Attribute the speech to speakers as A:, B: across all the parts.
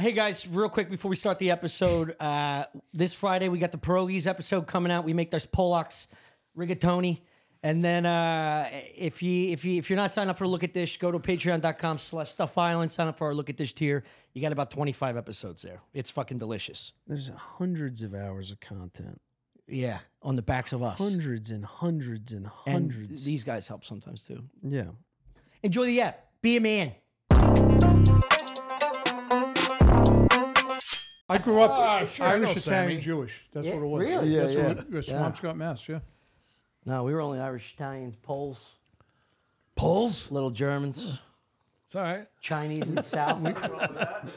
A: hey guys, real quick before we start the episode, uh, this Friday we got the Pierogies episode coming out. We make those Polacks, rigatoni, and then uh, if you if you if you're not signed up for Look at Dish, go to Patreon.com/slash Stuff Island. Sign up for our Look at Dish tier. You got about 25 episodes there. It's fucking delicious.
B: There's hundreds of hours of content.
A: Yeah, on the backs of us.
B: Hundreds and hundreds and
A: And
B: hundreds.
A: these guys help sometimes too.
B: yeah.
A: Enjoy the app. Be a man.
C: I grew up Irish,
D: I know, Sammy.
C: Italian, Jewish. That's
A: Yeah,
C: what it was.
A: really?
B: Yeah,
C: That's
B: yeah.
C: what it was. Swampscott, Mass. Yeah.
A: No, we were only Irish, Italians, Poles,
C: Poles.
A: little Germans,
D: It's all right.
A: Chinese, and South.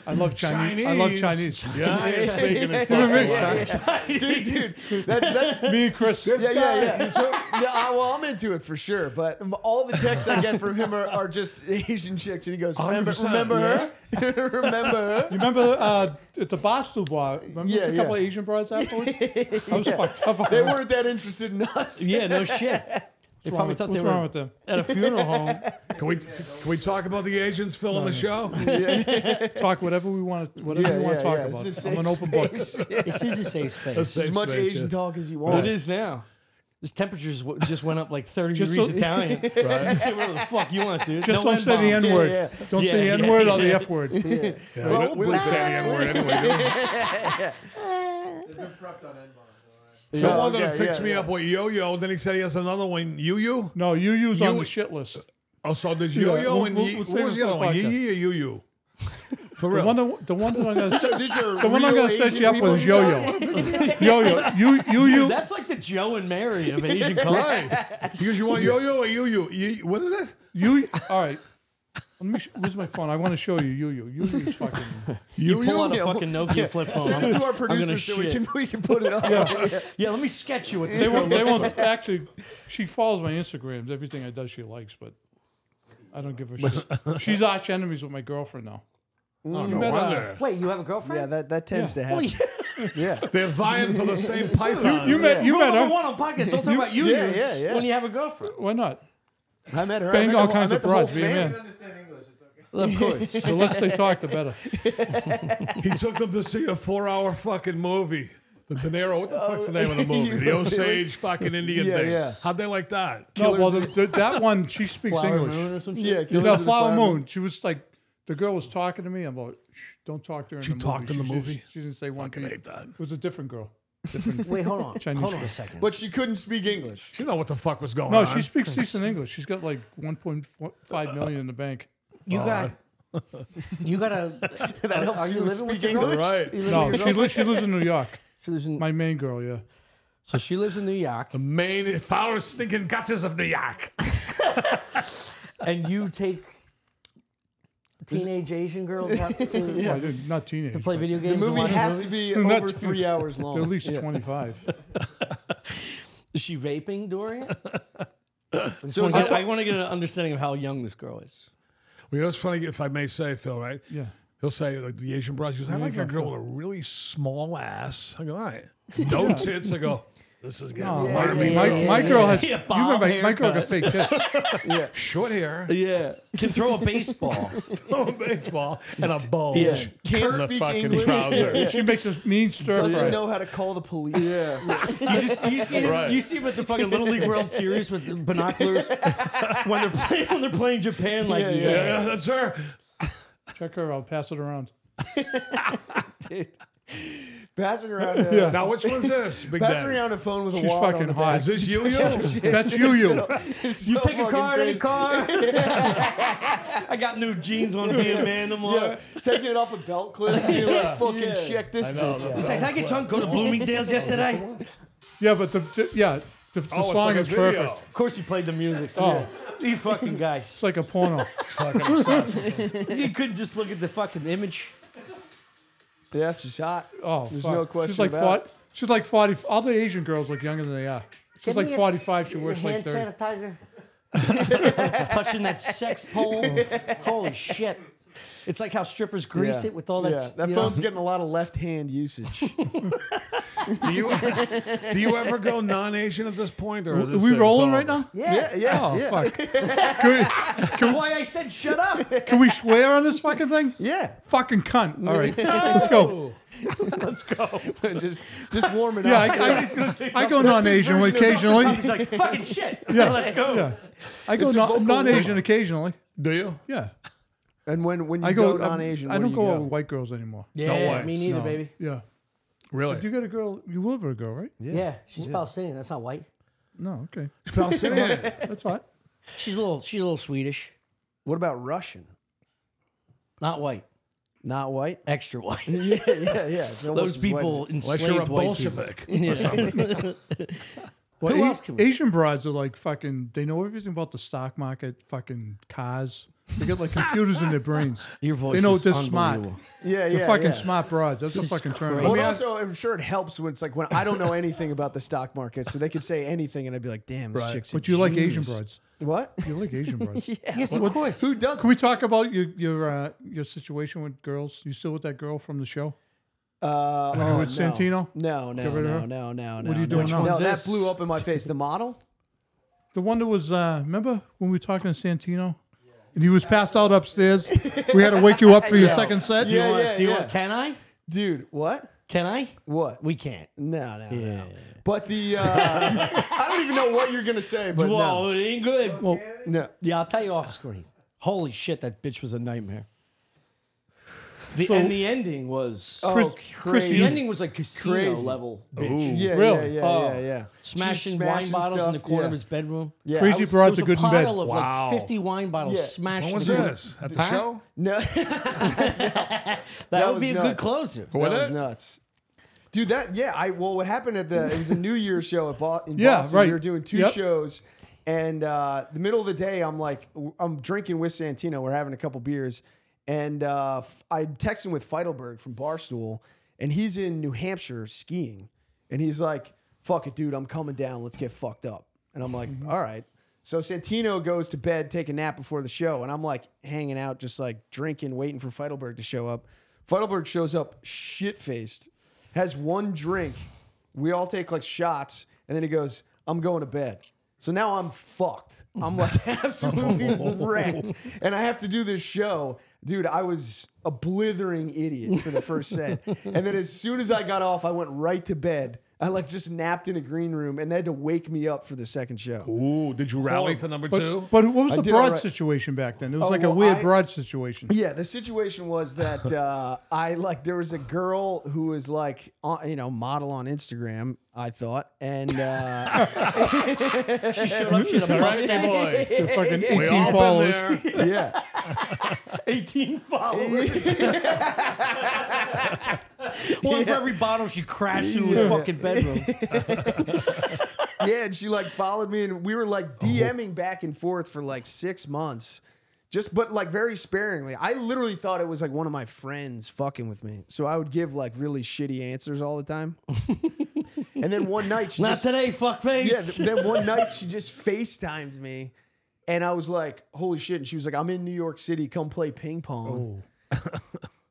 C: I love Chinese. I love
D: Chinese.
C: Chinese.
D: Yeah, speaking in fucking Latin.
B: Dude, dude. That's that's
C: Me and Chris.
B: yeah, yeah, yeah. So, yeah, I, well, I'm into it for sure, but all the texts I get from him are, are just Asian chicks, and he goes, "Remember,
C: 100%,
B: remember her, remember her."
C: You remember uh, at the Boston bar? Remember
B: Yeah,
C: there's a couple
B: yeah.
C: of Asian brides afterwards? I was fucked up. on
B: They
C: that.
B: weren't that interested in us.
A: yeah, no shit. They
C: What's wrong,
A: probably
C: with,
A: thought
C: what's
A: they were
C: wrong with them?
A: at a funeral home.
D: Can we can we talk about the Asians filling the show?
C: Talk whatever we want. to Whatever
B: Yeah,
C: you want
B: yeah,
C: to talk
B: yeah. It's
C: about.
B: just
C: I'm an
B: safe
C: open book.
B: space. Yeah,
A: This is a safe space.
D: That's
B: As
D: safe
B: much
D: space,
B: Asian
D: yeah.
B: talk as you want.
A: It is now. This temperatures w- just went up like 30
C: Just
A: degrees
C: so-
A: Italian. Just say whatever the fuck you want, dude.
C: Just
A: no
C: don't say the
A: N-bombs.
C: N word.
B: Yeah,
C: Don't
A: Yeah,
C: say the
A: yeah,
C: N word or
A: yeah.
C: the F word.
D: Yeah, we don't, we don't say the N word anyway. do we? Someone
B: Yeah,
D: gonna
B: yeah,
D: fix
B: yeah,
D: me
B: yeah.
D: up with yo-yo. Then he said he has another one. You-you.
C: No, you use on
D: You-
C: the shit list.
D: Oh, so there's
C: Yeah,
D: yo-yo
C: we'll-
D: and
C: we'll-
D: ye-
C: we'll save
D: what was
C: it
D: the
C: for
D: other
C: the
D: one?
C: podcast.
D: Yee or you-you? For
C: The
D: real.
C: one, that- the one that I'm gonna set,
B: These are
C: the one I'm
B: real
C: gonna set
B: Asian
C: you up with is
B: people?
C: yo-yo, yo-yo. You, you, you.
A: That's like the Joe and Mary of Asian culture.
D: Right. Because you want yo-yo or you-you. Ye- What is it?
C: You all right? Let me. Sh- where's my phone? I want to show you. You, you, you, use fucking.
A: You pull out
B: you-
A: a fucking Nokia flip phone.
B: Send
A: I'm-
B: it to our
A: I'm gonna
B: producer so we
A: shit.
B: can we can put it on.
A: Yeah, let me sketch you with this.
C: They won't. They won't. Actually, she follows my Instagrams. Everything I do, she likes, but I don't give a shit. She's arch enemies with my girlfriend now.
D: Oh,
C: met,
D: no
C: uh,
D: wonder.
A: Wait, you have a girlfriend?
B: Yeah, that that tends
C: Yeah.
B: to
A: Well,
B: happen.
A: yeah.
B: Yeah,
D: They're vying for the same python.
C: You met. You
A: Rule
C: met
A: number
C: her.
A: one on podcasts. Don't talk about you
B: yeah,
A: use
B: yeah, yeah.
A: when you have a girlfriend.
C: Why not?
B: I met her. I
C: Bang
B: met
C: all
B: the, whole-
C: kinds
B: I met
C: of
B: the whole
C: broads. Be a
B: family.
C: man.
A: Of course.
C: The less they talk, the better.
D: He took them to see a four-hour fucking movie. The De Niro. What the fuck's the name of the movie? The
B: really?
D: Osage fucking Indian
B: Yeah,
D: thing.
B: yeah.
D: How'd they like that?
C: No, well, the, the, that one she speaks
A: Flower
C: English.
A: Moon or some shit?
B: Yeah,
C: You
B: Killers
C: know,
B: of the
C: Flower Moon. She was like, the girl was talking to me. I'm like, Shh, don't talk to her.
D: She
C: in the
D: talked
C: movie.
D: in the
C: She- she-
D: movie?
C: She didn't say one
D: Fucking
C: thing.
D: hate that.
C: It was a different girl.
A: Wait, hold on.
C: Chinese
A: hold on a
C: girl.
A: second.
B: But she couldn't speak English.
D: You know what the fuck was going
C: No,
D: on?
C: she speaks decent English. She's got like 1.5
D: Uh,
C: million in the bank.
A: You got, you got a.
B: Uh-huh. That helps
A: are you
B: you
A: living with
B: speak
A: your
B: English.
D: right.
C: No, she, li- she lives in New York.
A: She lives in,
C: My main girl, yeah.
A: so she lives in New York,
D: The main foul stinking gutters of the yak.
A: and you take teenage Asian girls out to
C: Well, they're not teenage.
A: play
C: but
A: video
B: The
A: games.
B: movie
A: and watch
B: has
A: movies?
B: to be
C: Not
B: over
C: too-
B: three hours
C: They're at
B: long.
C: least 25.
A: Is she vaping during it?
B: So is
A: I,
B: that-
A: want to get an understanding of how young this girl is.
D: Well, you know, it's funny, if I may say, Phil, right?
C: Yeah.
D: He'll say, like, the Asian brothers, he goes, I like a girl with a really small ass. I go, all right. No tits. I go, this is going to
C: Oh,
D: learn me.
C: my, my girl has.
A: Yeah,
C: you remember,
A: bob
C: my girl got
A: haircut.
C: fake tits.
D: Short hair,
A: Yeah, can throw a baseball.
D: throw a baseball, and a bulge.
A: Yeah.
D: in
B: Can't
D: the
B: speak
D: fucking
B: English.
D: trouser.
B: Yeah.
C: She makes a mean stir
B: Doesn't
C: fry.
B: know how to call the police. Yeah.
A: You just you see
D: Right.
A: you see with the fucking Little League World Series with the binoculars when they're playing when they're playing Japan like yeah,
B: yeah.
D: Yeah, that's her.
C: Check her. I'll pass it around.
B: Passing around. A,
D: Now, which one's this? Big
B: Passing
D: Daddy?
B: around a phone with a
C: She's
B: wad
C: fucking
B: on the back.
C: hot.
D: Is this you, you?
C: That's you, you.
A: You take a car, any car. I got new jeans on being a man tomorrow.
B: Yeah, taking it off a belt clip and being like, fucking
A: Yeah.
B: check this bitch out.
A: He's like, did I get drunk? Go to Bloomingdale's yesterday.
C: Yeah, but the, the yeah, the, the
D: Oh, it's
C: song
D: like a
C: is
D: video.
C: perfect.
A: Of course, he played the music.
C: Oh.
A: these fucking guys.
C: It's like a porno.
A: You couldn't just look at the fucking image.
B: Yeah, she's hot.
C: Oh,
B: There's
C: fuck.
B: no question
C: She's like
B: about it.
C: She's like forty. All the Asian girls look younger than they are. She's
A: Give
C: like
A: me a-
C: forty-five. She
A: the
C: works like
A: hand
C: thirty.
A: sanitizer. Touching that sex pole. Holy shit. It's like how strippers grease
B: Yeah.
A: it with all that.
B: Yeah,
A: s-
B: that
A: you know?
B: phone's getting a lot of left hand usage.
D: Do you do you ever go non-Asian at this point? Or is
C: Are
D: this
C: we
D: it? It's
C: rolling
D: over?
C: right now?
B: yeah, yeah,
C: Oh,
B: yeah.
A: That's why I said shut up.
C: Can we swear on this fucking thing?
B: yeah.
C: Fucking cunt. All right, let's go.
A: Let's go.
B: just just warm it
C: Yeah,
B: up.
C: I, I,
A: He's gonna say
C: I go
A: something.
C: non-Asian
A: This version is off the
C: occasionally.
A: top. He's like fucking shit.
C: Yeah.
A: let's go.
C: Yeah. I go
B: It's a vocal
C: non- non-Asian occasionally.
D: Do you?
C: Yeah,
B: and when when you
C: I go, I'm-
B: non-Asian,
C: I
B: where
C: don't
B: do
C: go,
B: you
C: out with white girls anymore.
D: No
A: Yeah,
D: worries.
A: me neither,
C: No.
A: baby.
C: Yeah,
D: Really?
C: but you got a girl. You will have a girl, right?
A: Yeah, she's Palestinian. That's not white.
C: No, okay,
D: Palestinian?
C: that's hot.
A: She's a little. She's a little Swedish.
B: What about Russian?
A: Not white.
B: Not white.
A: Extra white.
B: yeah, yeah, yeah. It's almost
A: Those
B: as white as-
A: people
D: Unless
A: enslaved
D: you're a
A: white
D: Bolshevik.
A: people. Yeah.
C: Well,
A: Who
C: A-
A: else can we-
C: Asian brides are like fucking. They know everything about the stock market, fucking cars. They got like computers in their brains.
A: Your voice
C: They know
A: is
C: they're smart.
A: unbelievable.
B: Yeah,
C: They're
B: yeah,
C: fucking
B: yeah.
C: smart broads. That's a fucking turn.
A: Christ.
B: Well,
A: I
B: it
A: mean, I-
B: also, I'm sure it helps when it's like when I don't know anything about the stock market, so they could say anything, and I'd be like, "Damn, this chick's." a
C: But you like Asian
B: genius.
C: brides.
B: What?
C: You like Asian brides.
A: Yes, of course.
B: Who does?
C: Can we talk about your your uh, your situation with girls? You still with that girl from the show?
B: Uh,
C: Oh, it's
B: no.
C: Santino?
B: No, no,
C: Get rid of
B: no,
C: her?
B: no, no, no.
C: What are you
B: no.
C: doing now?
B: No,
C: Which one's
B: that
C: this?
B: blew up in my face. The model.
C: The one that was, uh, remember when we were talking to Santino? And he was passed out upstairs. We had to wake you up for your
B: Yeah.
C: second
B: Yeah,
C: set.
A: Do you
B: yeah,
A: want- do you
B: yeah.
A: want- Can I?
B: Dude, what?
A: Can I?
B: What?
A: We can't.
B: No, no,
A: Yeah.
B: no. But the uh, I don't even know what you're gonna say, but
A: Whoa, it ain't good. Well,
B: no, no.
A: yeah, I'll tell you off screen. Holy shit, that bitch was a nightmare. The,
C: So-
A: and the ending was
C: Chris-
B: Oh,
C: Chris,
A: the
C: you-
B: crazy.
A: ending was like casino
B: Crazy.
A: level bitch.
B: Yeah,
C: Really?
B: yeah, yeah,
A: Oh.
B: yeah, yeah.
A: Smashing
B: She's
A: wine bottles in the
B: stuff,
A: corner
B: yeah.
A: of his bedroom.
B: Yeah,
C: Crazy
B: I was-
A: There
C: broads
A: was
C: are
A: a
C: good in bed.
A: pile of
D: Wow.
A: like 50 wine bottles
B: Yeah.
A: smashed.
D: When
A: in
D: was
A: the corner.
D: this? At the
A: Huh?
D: show?
B: No,
A: That,
B: That
A: would
B: was
A: be a good
B: nuts.
A: closer.
B: that was
D: it?
B: nuts. Dude, that yeah, I well, what happened at the it was a New Year's show at Bo- in
C: Yeah,
B: Boston.
C: right.
B: We were doing two
C: Yep.
B: shows, and uh, the middle of the day, I'm like, I'm drinking with Santino. We're having a couple beers, and uh, f- I'm texting with Feidelberg from Barstool, and he's in New Hampshire skiing, and he's like, "Fuck it, dude, I'm coming down. Let's get fucked up." And I'm like,
C: Mm-hmm.
B: "All right." So Santino goes to bed, take a nap before the show, and I'm like hanging out, just like drinking, waiting for Feidelberg to show up. Feidelberg shows up shit faced, has one drink. We all take like shots, and then he goes, I'm going to bed. So now I'm fucked. I'm like absolutely wrecked. And I have to do this show. Dude, I was a blithering idiot for the first set. And then as soon as I got off, I went right to bed. I like just napped in a green room and they had to wake me up for the second show.
D: Ooh, did you rally for number two?
C: But, but what was
B: I
C: the
B: did
C: broad
B: alright.
C: situation back then? It was
B: Oh,
C: like a
B: well,
C: weird
B: I-
C: broad situation.
B: Yeah, the situation was that uh, I like there was a girl who was like, on, you know, model on Instagram, I thought. And uh,
A: She showed up. She had a
D: Right,
A: mustache.
D: boy.
C: Your fucking
D: We
C: 18
D: all been
C: followers.
D: there.
B: yeah.
A: 18 followers. One for every bottle she crashed into his
B: Yeah.
A: fucking bedroom.
B: yeah, and she like followed me, and we were like DMing back and forth for like six months, just but like very sparingly. I literally thought it was like one of my friends fucking with me, so I would give like really shitty answers all the time. and then one night, she
A: Not
B: just,
A: today, fuckface.
B: yeah, th- then one night she just FaceTimed me, and I was like, "Holy shit!" And she was like, "I'm in New York City. Come play ping pong."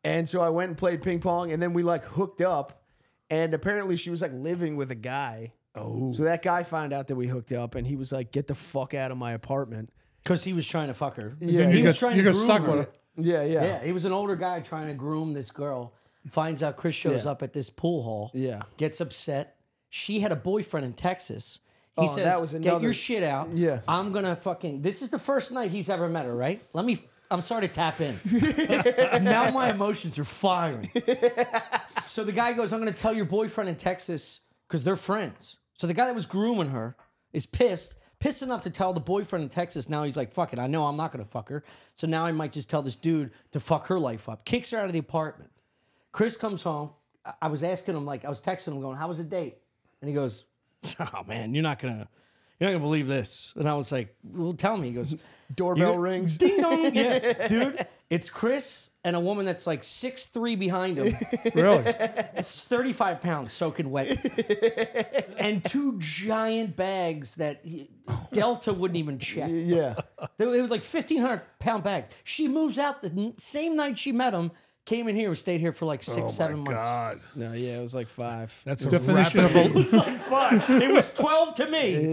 B: and so I went and played ping pong, and then we like hooked up. And apparently, she was like living with a guy.
D: Oh.
B: So that guy found out that we hooked up, and he was like, "Get the fuck out of my apartment."
A: Because he was trying to fuck her.
B: Yeah,
A: he
C: You
B: yeah,
A: was
C: got,
A: trying
C: you
A: to
C: got
A: groom
C: stuck
A: her.
C: with it.
B: yeah, yeah,
A: Yeah, he was an older guy trying to groom this girl. Finds out Chris shows
B: Yeah.
A: up at this pool hall.
B: Yeah.
A: Gets upset. She had a boyfriend in Texas. He
B: Oh,
A: says,
B: that was
A: "Get your
B: another-
A: shit out."
B: Yeah.
A: I'm gonna fucking. This is the first night he's ever met her, right? Let me. I'm sorry to tap in. now my emotions are firing. so the guy goes, "I'm gonna tell your boyfriend in Texas because they're friends." So the guy that was grooming her is pissed. Pissed enough to tell the boyfriend in Texas. Now he's like, fuck it. I know I'm not going to fuck her. So now I might just tell this dude to fuck her life up. Kicks her out of the apartment. Chris comes home. I- I was asking him, like, I was texting him, going, "How was the date?" And he goes, "Oh man, you're not gonna, you're not gonna believe this." And I was like, "Well, tell me." He goes,
B: Doorbell
A: "You-
B: rings.
A: ding dong, yeah, dude." It's Chris and a woman that's like six three behind him.
C: Really?
A: It's 35 pounds soaking wet. and two giant bags that he- Delta wouldn't even check.
B: Yeah.
A: They were, it was like 1,500 pound bags. She moves out the n- same night she met him, came in here, and stayed here for like
B: Oh,
A: six, seven months.
D: Oh, God,
B: No, yeah, it was like five.
D: that's a
C: Definition of a-
D: rapid-
A: It was like fun. It was 12 to me.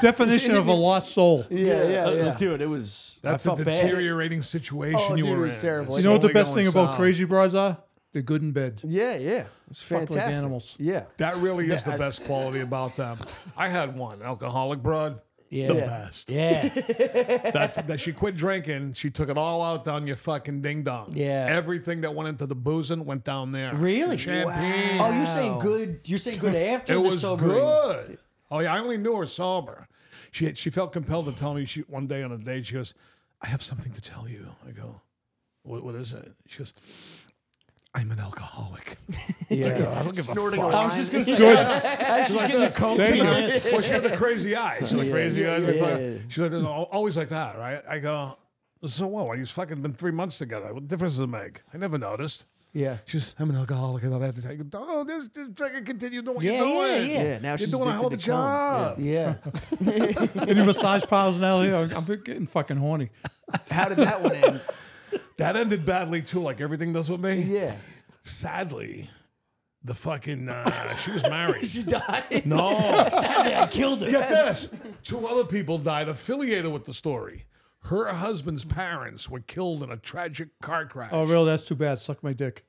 C: Definition of a lost soul.
B: yeah, yeah,
A: Uh,
B: yeah.
A: Dude, it was.
D: That's
A: I
D: a
A: felt bad.
D: deteriorating situation
B: Oh,
D: you
B: dude, it
D: were
B: was
D: in.
B: terrible.
D: It's
B: You
C: You know what the
D: only
C: best
D: going
C: thing about
D: south.
C: crazy bras are? They're good in bed.
B: Yeah, yeah. It's fantastic.
C: animals.
B: Yeah.
D: That really is the best quality about them. I had one alcoholic broad. The
A: Yeah.
D: best.
A: Yeah.
D: That, that she quit drinking. She took it all out down your fucking ding dong.
A: Yeah.
D: Everything that went into the boozing went down there.
A: Really?
D: Champagne.
A: Oh, you're saying good. You're saying good after
D: It
A: the
D: was
A: sobering.
D: good. Oh yeah, I only knew her sober. She had- she felt compelled to tell me she one day on a date she goes, "I have something to tell you." I go, "What what is it?" She goes, "I'm an alcoholic." I, go, I don't give
B: Snorting
D: a
B: a
D: fuck.
A: I was just gonna say.
C: Good.
A: I was just getting the coke.
C: Thank you.
A: behind it.
D: well, she had the crazy eyes. She had the crazy eyes.
B: yeah,
D: like,
B: yeah.
D: She was always like that, right? I go, so what? Well, you've fucking been three months together. What difference does it make? I never noticed.
A: Yeah.
D: She's, I'm an alcoholic. I don't have to take it. Oh, just, just fucking continue doing what
A: Yeah,
D: you're
A: yeah,
D: doing.
A: yeah.
B: Yeah, now
D: you're
B: she's
D: doing a hell of a
B: addicted to cum. Yeah.
D: job.
A: Yeah.
C: Any massage powers now? Yeah, I'm getting fucking horny.
B: How did that one end?
D: That ended badly too, like everything does with me.
B: Yeah.
D: Sadly, the fucking uh, she was married.
A: She died.
D: no,
A: Sadly, I killed her.
D: get this. Two other people died affiliated with the story. Her husband's parents were killed in a tragic car crash.
C: Oh, really? That's too bad. Suck my dick.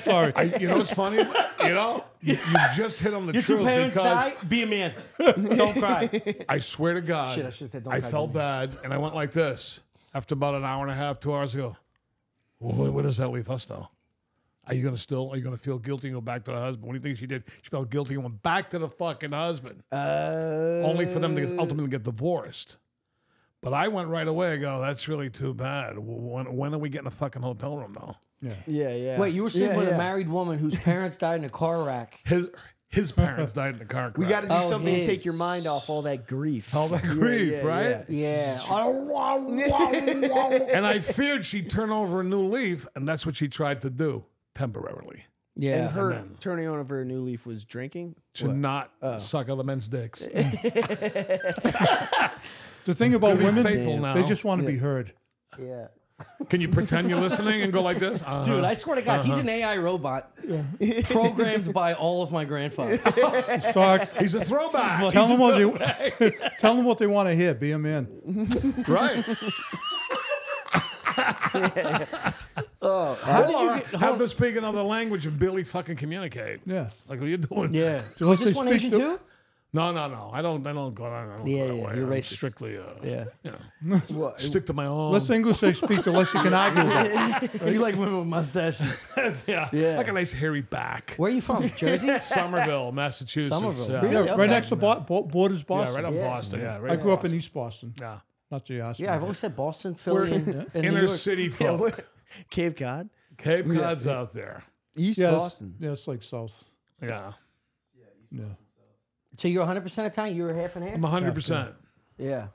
C: Sorry.
D: I, you know what's funny? You know, you, you just hit on the
A: Your
D: truth
A: two parents
D: because
A: die. Be a man. Don't cry.
D: I swear to God,
A: Shit, I should've said don't
D: I
A: cry,
D: felt bad, and I went like this after about an hour and a half, two hours ago. What, what does that leave us though? Are you gonna still? Are you gonna feel guilty and go back to the husband? What do you think she did? She felt guilty and went back to the fucking husband,
A: Oh.
B: Uh,
D: only for them to ultimately get divorced. But I went right away. I go, that's really too bad. When, when are we getting a fucking hotel room though?
B: yeah, yeah.
A: Wait, you were sleeping
B: Yeah,
A: with
B: yeah.
A: a married woman whose parents died in a car wreck.
D: His his parents died in the car crash.
B: We got to do
A: Oh,
B: something to take your
A: his.
B: mind off all that grief.
D: all that grief,
B: yeah,
D: right?
B: yeah.
A: Yeah. yeah.
D: and I feared she'd turn over a new leaf, and that's what she tried to do temporarily
B: And her turning over a new leaf was drinking.
D: to not suck other men's dicks.
C: The thing about
D: Be
C: women,
D: faithful now.
C: they just want to be heard.
B: Yeah.
D: Can you pretend you're listening and go like this? Uh-huh.
A: Dude, I swear to God, he's an AI robot programmed by all of my grandfathers.
C: Sorry.
D: He's a throwback,
C: Tell them what they tell them what they want to hear. Be a man.
D: right?
A: How did
D: Or
A: you get?
D: have them speak another language and barely fucking communicate.
C: Yeah.
D: Like what are you doing?
A: Yeah.
C: Unless
A: Was
C: they
A: this one
C: speak
A: Asian
C: to-
A: too?
D: No, no, no. I don't. I don't go. I don't
A: Yeah,
D: go that
A: yeah,
D: way.
A: you're
D: I'm
A: racist.
D: Strictly. Uh,
A: Yeah.
D: You know,
B: Well,
D: stick to my own.
C: Less English they speak, the less you can argue with. it.
A: You like women with mustaches?
D: yeah.
B: Yeah.
D: Like a nice hairy back.
A: Where are you from? Jersey?
D: Somerville, Massachusetts.
A: Somerville.
D: Yeah.
A: Really?
C: Yeah,
A: Okay.
C: right next to Bo- Bo- borders
D: Yeah,
C: Boston.
D: right on
B: Yeah.
D: Boston. Yeah. Right
C: I
D: on
C: grew up in
D: Boston.
C: East Boston,
D: Yeah.
C: not the Austin.
A: Yeah, I've always said Boston, Philly, and, and New
D: Inner
A: York.
D: city folk.
B: Cape Cod,
D: Cape Cod's out there.
B: East
C: yeah, it's-
B: Boston.
C: yeah, it's like South.
D: Yeah.
C: Yeah,
A: So you're 100 percent Italian. You were half and
D: I'm
A: half.
D: 100%.
A: Yeah.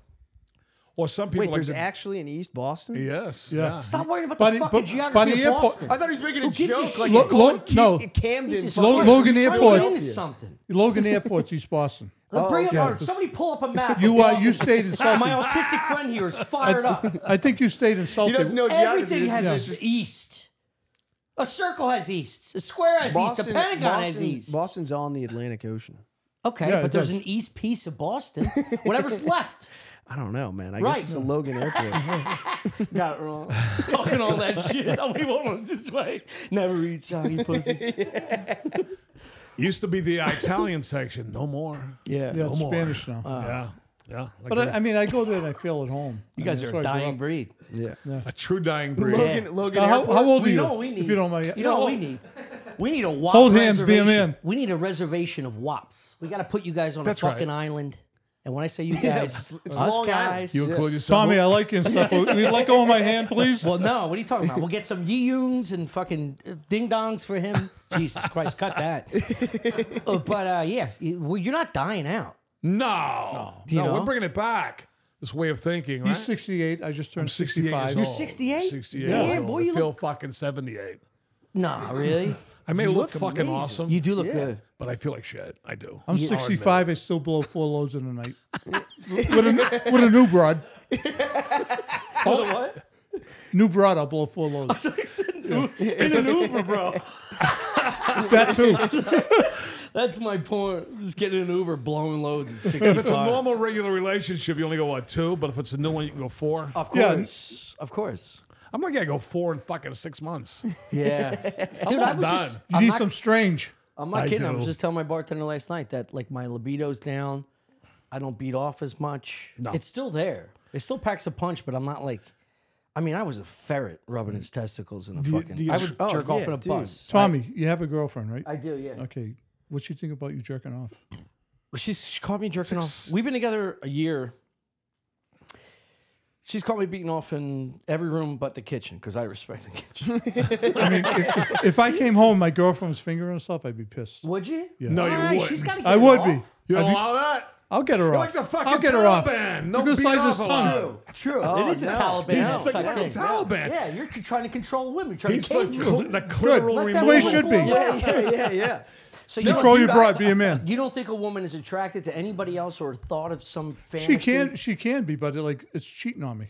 D: Or some people
B: Wait,
D: like
B: there's
D: to-
B: actually an East Boston.
D: Yes.
C: yeah.
A: Stop worrying about
C: By
A: the
C: the-
A: fucking
C: but-
A: geography
C: by the
A: of
C: airport-
A: Boston.
B: I thought he was making a
A: gives a
B: joke. Like
A: shit?
B: you're calling
C: Lo- no.
B: Ke- Camden.
A: Jesus
C: Lo-
A: Christ,
B: fucking
C: Logan
A: bring it
C: Airport.
A: into something.
C: Logan Airport's East Boston.
A: bring
B: okay.
A: it, or somebody pull up a map.
C: You
A: of
C: uh, you
A: Boston.
C: stayed insulted.
A: My autistic friend here is fired up.
C: I think you stayed
B: He
C: insulted.
B: doesn't know geography.
A: Everything
B: This
A: has
B: is
A: its east. A circle has east. A square has east. A pentagon has
B: Boston-
A: east.
B: Boston's on the Atlantic Ocean.
A: Okay,
C: Yeah,
A: but
C: it
A: there's
C: does.
A: an east piece of Boston. Whatever's left.
B: I don't know, man. I
A: Right.
B: guess it's the Logan Airport.
A: Got it wrong. Talking all that shit. Oh, we won't want this way. Never eat soggy pussy.
D: Used to be the Italian section. No more.
A: Yeah.
C: Yeah, it's
D: more.
C: Spanish now.
A: Uh,
D: yeah. Yeah. Like
C: but
D: a,
C: I, I mean, I go there and I feel at home.
A: You guys
C: I mean,
A: are a
C: that's where I grew
A: dying
C: up.
A: breed.
B: yeah.
D: a true dying breed.
A: Yeah.
B: Logan, Logan
C: Now, how,
B: Airport.
C: how old are
A: You
C: you?
A: know what we need.
C: If you don't mind,
A: You know what we
C: Yeah.
A: need. We need a WAP
C: Hold hands, be a
A: reservation.
C: man.
A: We need a reservation of WAPs. We got to put you guys on
D: That's
A: a
D: right.
A: fucking island. And when I say you guys,
B: it's- it's
A: us
B: Long Island.
A: guys.
D: You include yourself.
C: Tommy, I like you and stuff. but Will you let go of my hand, please?
A: Well, no. What are you talking about? We'll get some Yoons and fucking uh, ding dongs for him. Jesus Christ, cut that. Uh, but uh, yeah, you, well, you're not dying out.
D: no. No,
A: you know?
D: we're bringing it back. The this way of thinking. Right?
C: He's 68. I just turned
D: 68 years
C: 65.
D: old.
A: You're 68?
D: 68.
A: Damn,
D: years old.
A: boy,
D: I
A: you
D: feel fucking 78.
A: Nah, really?
D: I may
B: You
D: look,
B: look
D: fucking
B: amazing.
D: awesome,
A: You do look good.
D: but I feel like shit. I do.
C: I'm
D: Sorry, man.
C: 65. I still blow four loads in a night with, a, with a new broad.
A: what?
C: New broad, I'll blow four loads.
A: In an Uber, bro.
C: that too.
A: That's my point. Just getting an Uber, blowing loads at
D: If it's a
A: 65.
D: normal, regular relationship, you only go, what, two? But if it's a new one, you can go four.
A: Of
C: Yeah.
A: course. Of course.
D: I'm not going to go four in fucking six months.
A: Yeah. Dude, I was just,
D: done.
C: You need some strange.
A: I'm not
D: I
A: kidding. I
D: do.
A: was just telling my bartender last night that like my libido's down. I don't beat off as much. It's still there. It still packs a punch, but I'm not like. I mean, I was a ferret rubbing its testicles in a fucking.
D: do you-
A: I would
B: Oh,
A: jerk off
B: yeah,
A: in a
B: dude.
A: bus.
C: Tommy, you have a girlfriend, right?
A: I, I do, yeah.
C: okay. What she think about you jerking off?
A: She's, she called me jerking off. We've been together a year. She's called me beating off in every room but the kitchen because I respect the kitchen.
C: I mean, if, if- if I came home, my girlfriend was fingering herself, I'd be pissed.
A: would you?
D: No, you wouldn't.
A: She's got to.
C: I would be.
D: You don't
C: I'd be-
D: allow that?
C: I'll get her off.
D: like the fucking
C: I'll get her off.
D: Taliban. No
C: Look at the
D: beat
C: size of his
D: off
C: tongue.
D: allowed.
A: True. True.
B: Oh,
A: it is a
B: no.
A: Taliban.
B: He's
A: type
D: just like a
A: thing.
D: Taliban.
A: Yeah, you're c- trying to control women, trying
D: He's
A: to
D: the,
A: cage them.
D: cl- the clitoral
A: Let
D: removal.
A: that
C: way it
A: woman
C: should
A: pull
C: be.
A: away.
B: Yeah, yeah, yeah, yeah.
A: So you
C: Control
A: don't-
C: your bride, be a man.
A: You don't think a woman is attracted to anybody else or thought of some fantasy?
C: She can, she can be, but like it's cheating on me.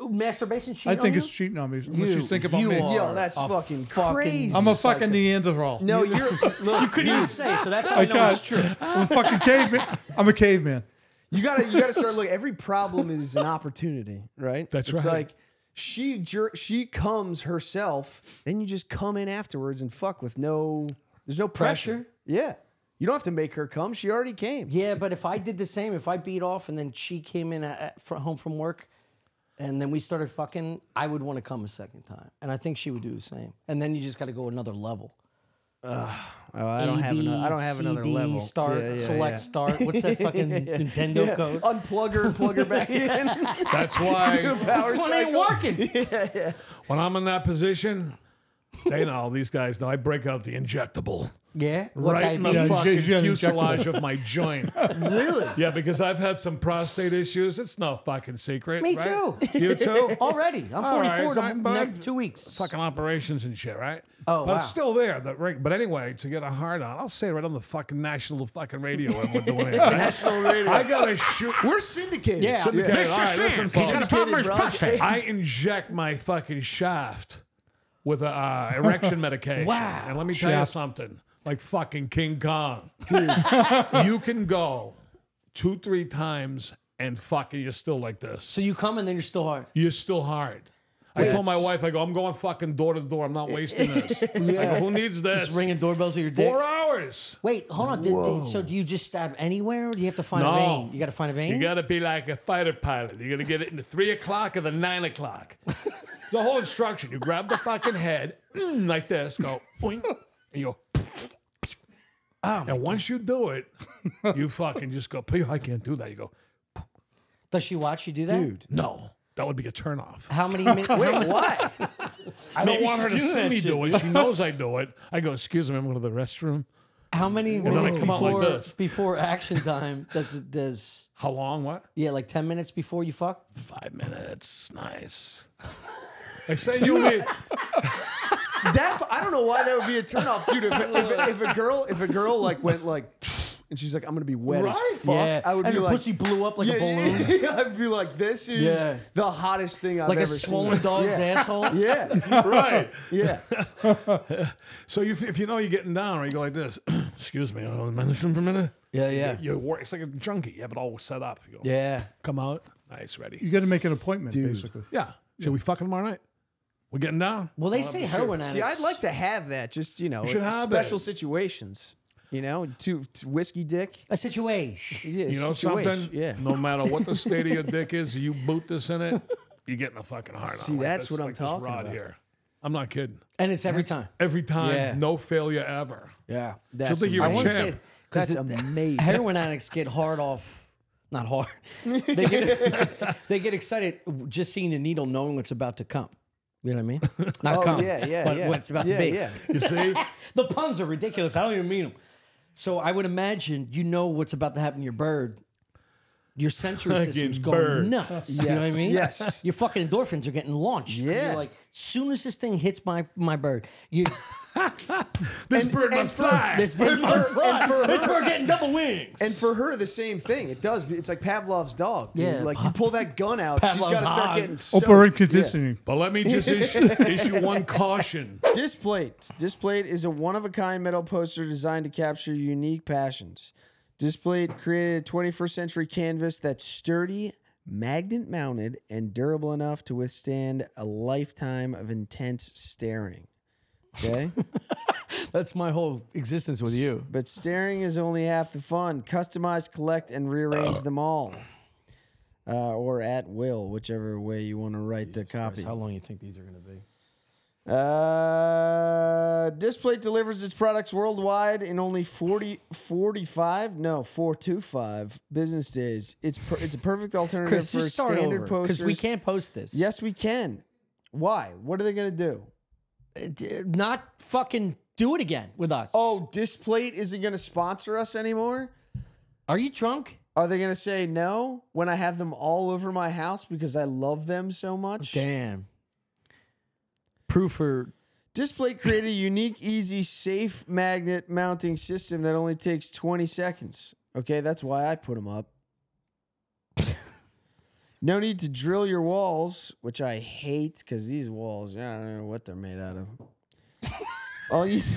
A: Masturbation cheat
C: I think
A: on
C: it's
A: you?
C: cheating on me. Unless
A: You-
C: she's thinking about
A: you
C: me.
A: are
B: Yo, that's
A: a
B: fucking
A: fucking-
B: crazy.
C: I'm a fucking Neanderthal.
B: No, you're look. You
A: couldn't even say it, so that's how I,
C: I
A: know
C: got-
A: it's true.
C: I'm a fucking caveman. I'm a caveman.
B: You gotta you gotta start looking. Every problem is an opportunity, right?
D: That's
B: it's
D: right.
B: Like she jer- she comes herself, then you just come in afterwards and fuck with no. There's no pressure.
A: Pressure.
B: Yeah, you don't have to make her come. She already came.
A: Yeah, but if I did the same, if I beat off and then she came in at, at, fr- home from work, and then we started fucking, I would want to come a second time, and I think she would do the same. And then you just got to go another level.
B: Oh, I don't
A: A,
B: have
A: B,
B: another. I don't have another
A: CD,
B: level.
A: Start,
B: Yeah, yeah,
A: select,
B: yeah.
A: start. What's that fucking Nintendo
B: Yeah. Oh,
A: code?
B: Unplug her and plug her back in.
D: That's why
A: this one ain't working.
D: when I'm in that position, they know, these guys know, I break out the injectable.
A: yeah, what
D: right in the
A: diabetes?
D: fucking
C: Yeah, yeah,
D: fuselage of my joint. really? Yeah, because I've had some prostate issues. It's no fucking secret.
A: Me
D: right?
A: too.
D: You too.
A: Already, I'm
D: All
A: 44
D: right,
A: the
D: fine,
A: next
D: bud.
A: two weeks.
D: Fucking operations and shit, right?
A: Oh,
D: but it's
A: wow.
D: still there. That ring. But anyway, to get a hard on, I'll say it right on the fucking national fucking radio. when we're doing it. Right? national radio. I gotta shoot.
B: We're syndicated.
A: Yeah.
D: Syndicated.
A: Mr.
D: All right, listen, folks.
B: problem prostate.
D: I inject my fucking shaft with a uh, erection medication.
A: Wow.
D: And let me tell
C: Shaft.
D: you something. Like fucking King Kong, dude. you can go two, three times and fucking you're still like this.
A: So you come and then you're still hard.
D: You're still hard. I told my wife, I go, I'm going fucking door to door. I'm not wasting this. I go, who needs this?
A: Just ringing doorbells with your dick.
D: Four hours.
A: Wait, hold on. Did- did- so do you just stab anywhere, or do you have to find
D: No.
A: a vein? You got to find a vein.
D: You gotta be like a fighter pilot. You gotta get it in the three o'clock or the nine o'clock. the whole instruction. You grab the fucking head mm, like this, go boing, and you go. and once you do it, you fucking just go, "Phew, I can't do that. You go,
A: Does she watch you do that?
B: Dude.
D: no, that would be a turnoff.
A: How many minutes?
B: Wait, what?
D: I don't want
A: she
D: her to
A: should do
D: see
A: that
D: me
A: shit,
D: do it. She knows I do it. I go, excuse me, I'm going to the restroom.
A: How many
D: then I
A: minutes
D: come out like
A: before
D: this.
A: before action time does it does
D: How long? What?
A: yeah like ten minutes before you fuck?
D: Five minutes. Nice. I say you need.
B: That I don't know why that would be a turnoff, dude. If, if, if a girl, if a girl like went like, and she's like, I'm gonna be wet
D: Right?
B: as fuck.
A: yeah,
B: I would
A: and
B: be
A: her
B: like,
A: pussy blew up like
B: yeah,
A: a balloon,
B: yeah, I'd be like, this is
A: Yeah.
B: the hottest thing I've
A: like a
B: ever seen.
A: swollen dog's asshole.
B: Yeah,
D: Right.
B: yeah.
D: So you, if you know you're getting down, right, you go like this. Excuse me, I'm in the restroom for a minute.
A: Yeah, yeah.
D: You work. It's like a junkie. You have it all set up. You go,
A: Yeah.
D: Come out. Nice,
C: You
D: ready.
C: got to make an appointment, basically.
D: Yeah. Should we fuck him tomorrow night? We're getting down.
A: Well, they say heroin addicts.
B: See, I'd like to have that. Just you know,
D: should
B: in
D: have
B: special
D: it.
B: situations. You know, to, to whiskey dick.
A: a situation.
B: Yeah,
D: You know
B: situation.
D: something?
B: Yeah.
D: No matter what the state of your dick is, you boot this in it, you're getting a fucking hard
B: See,
D: on.
B: that's
D: this,
B: what I'm
D: this
B: talking
D: rod
B: about.
D: Here. I'm not kidding.
A: And it's every time.
D: Every time,
A: Yeah.
D: no failure ever.
A: Yeah.
B: That's
D: think you're
A: I
D: a
B: amazing.
A: want to
D: champ.
A: say it, 'cause
B: That's
A: the- the
B: amazing.
A: Heroin addicts get hard off. Not hard. They get they get excited just seeing the needle, knowing what's about to come. You know what I mean? Not
B: Oh
A: come.
B: yeah, yeah,
A: but
B: yeah.
A: What's about
B: yeah,
A: to be?
B: Yeah.
D: You see?
A: The puns are ridiculous. I don't even mean them. So I would imagine you know what's about to happen to your bird your sensory
D: Fucking
A: system's going
D: bird.
A: nuts. You know what I
B: Yes,
A: mean?
B: yes.
A: Your fucking endorphins are getting launched.
B: Yeah.
A: You're like, soon as this thing hits my my bird, you
D: This bird must
B: and for-
D: fly.
A: this bird,
B: And for- and for-
A: this bird getting double wings.
B: And for her, the same thing. It does. It's like Pavlov's dog. Dude.
A: Yeah.
B: Like you pull that gun out, she's
A: Pavlov's
B: got to start
A: dog.
B: getting soaked.
C: Operate conditioning.
D: But let me just issue, issue one caution.
B: Yeah. Displate. Displate is a one of a kind metal poster designed to capture unique passions. Displate created a 21st century canvas that's sturdy, magnet mounted, and durable enough to withstand a lifetime of intense staring. Okay?
A: That's my whole existence with you.
B: But staring is only half the fun. Customize, collect, and rearrange them all. Uh, or at will, whichever way you want to write the copy.
A: How long you think these are gonna be?
B: Uh, Displate delivers its products worldwide in only 40, 45, no, 425 business days. It's per, it's a perfect alternative
A: Chris,
B: for
A: just start
B: standard
A: over
B: posters.
A: because we can't post this.
B: Yes, we can. Why? What are they going to do?
A: Uh, D- not fucking do it again with us.
B: Oh, Displate isn't going to sponsor us anymore?
A: are you drunk?
B: Are they going to say no when I have them all over my house because I love them so much?
A: Damn. Proof for
B: Display created a unique, easy, safe magnet mounting system that only takes 20 seconds. Okay, that's why I put them up. no need to drill your walls, which I hate because these walls, I don't know what they're made out of. all you.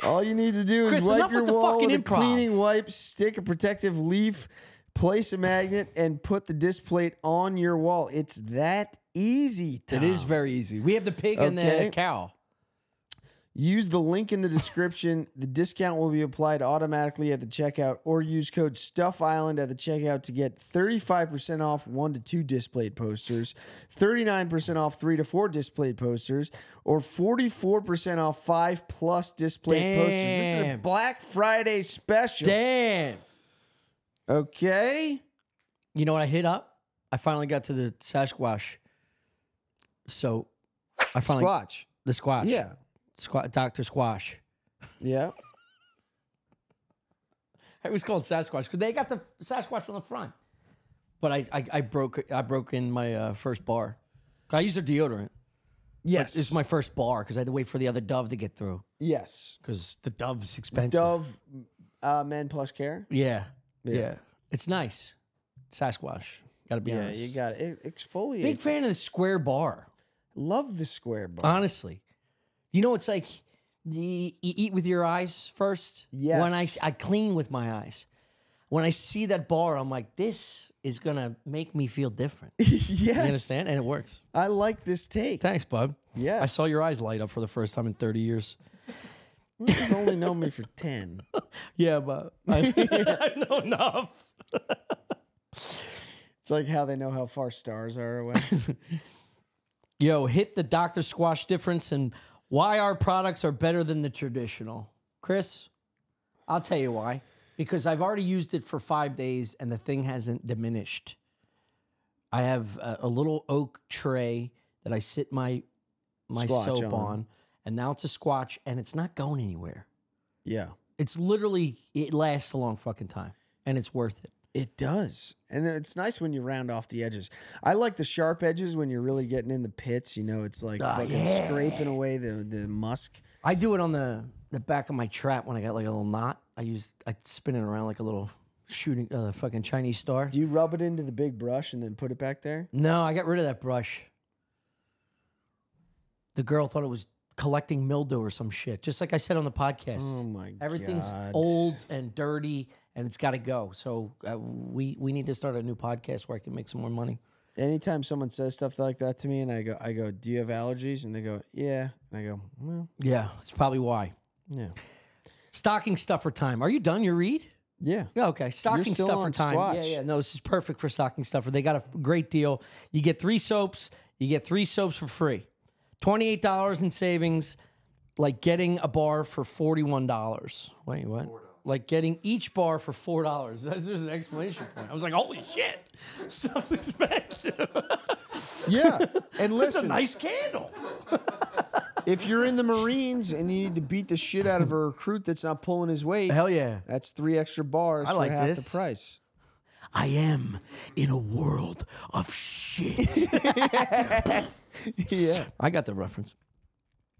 B: All you need to do is
A: Chris,
B: wipe
A: enough
B: your
A: with the
B: wall
A: fucking
B: with a
A: improv.
B: cleaning wipe, stick a protective leaf, place a magnet, and put the disc plate on your wall. It's that easy.
A: it
B: Tom.
A: is very easy. We have the pig and
B: Okay.
A: the cow.
B: Use the link in the description. the discount will be applied automatically at the checkout, or use code Stuff Island at the checkout to get 35% off one to two displayed posters, 39% off three to four displayed posters, or 44% off five plus displayed posters. This is a
A: Damn.
B: Black Friday special.
A: Damn.
B: Okay.
A: You know what I hit up? I finally got to the Sasquatch. So I finally
B: Squatch.
A: the Squatch.
B: Yeah.
A: Squat Dr. Squash.
B: Yeah.
A: It was called Sasquatch because they got the Sasquatch on the front. But I, I, I broke I broke in my uh, first bar. I used their deodorant.
B: Yes.
A: This is my first bar because I had to wait for the other Dove to get through
B: yes.
A: because the Dove's expensive.
B: Dove uh, Men Plus Care.
A: Yeah. yeah, It's nice. Sasquatch. Got to be
B: Yeah,
A: honest.
B: you got it. It exfoliates.
A: Big fan of the square bar.
B: Love the square bar.
A: Honestly, you know it's like you, you eat with your eyes first.
B: Yes.
A: When I I clean with my eyes. When I see that bar, I'm like, this is gonna make me feel different. You
B: yes.
A: understand? And it works.
B: I like this take.
A: Thanks, bub.
B: Yes.
A: I saw your eyes light up for the first time in 30 years.
B: You've only known me for 10.
A: Yeah, but I, I know enough.
B: It's like how they know how far stars are away.
A: Yo, hit the Dr. Squash difference and why our products are better than the traditional. Chris, I'll tell you why. Because I've already used it for five days and the thing hasn't diminished. I have a, a little oak tray that I sit my my
B: Squatch
A: soap
B: on.
A: on. and now it's a squatch, and it's not going anywhere.
B: yeah.
A: It's literally it lasts a long fucking time, and it's worth it.
B: It does. And it's nice when you round off the edges. I like the sharp edges when you're really getting in the pits. You know, it's like
A: Ah,
B: fucking
A: yeah.
B: scraping away the, the musk.
A: I do it on the the back of my trap when I got like a little knot. I use I spin it around like a little shooting uh, fucking Chinese star.
B: Do you rub it into the big brush and then put it back there?
A: No, I got rid of that brush. The girl thought it was collecting mildew or some shit. Just like I said on the podcast,
B: Oh my God.
A: everything's old and dirty, and it's got to go. So uh, we we need to start a new podcast where I can make some more money.
B: Anytime someone says stuff like that to me and I go, I go, do you have allergies? And they go, yeah. And I go, "Mm, well,
A: Yeah, that's probably why.
B: yeah.
A: Stocking stuffer time. Are you done your read?
B: Yeah.
A: Yeah, okay. Stocking
B: still
A: stuffer
B: on
A: time. Yeah,
B: Squatch.
A: yeah. No, this is perfect for stocking stuffer. They got a f- great deal. You get three soaps. You get three soaps for free. Twenty-eight dollars in savings, like getting a bar for forty-one dollars. Wait, what? Like getting each bar for four dollars. There's an exclamation point. I was like, holy shit, stuff's expensive.
B: Yeah. And
A: It's a
B: listen,
A: nice candle.
B: If you're in the Marines and you need to beat the shit out of a recruit that's not pulling his weight,
A: Hell yeah.
B: that's three extra bars
A: I like
B: for half
A: this.
B: the price.
A: I am in a world of shit.
B: yeah.
A: I got the reference.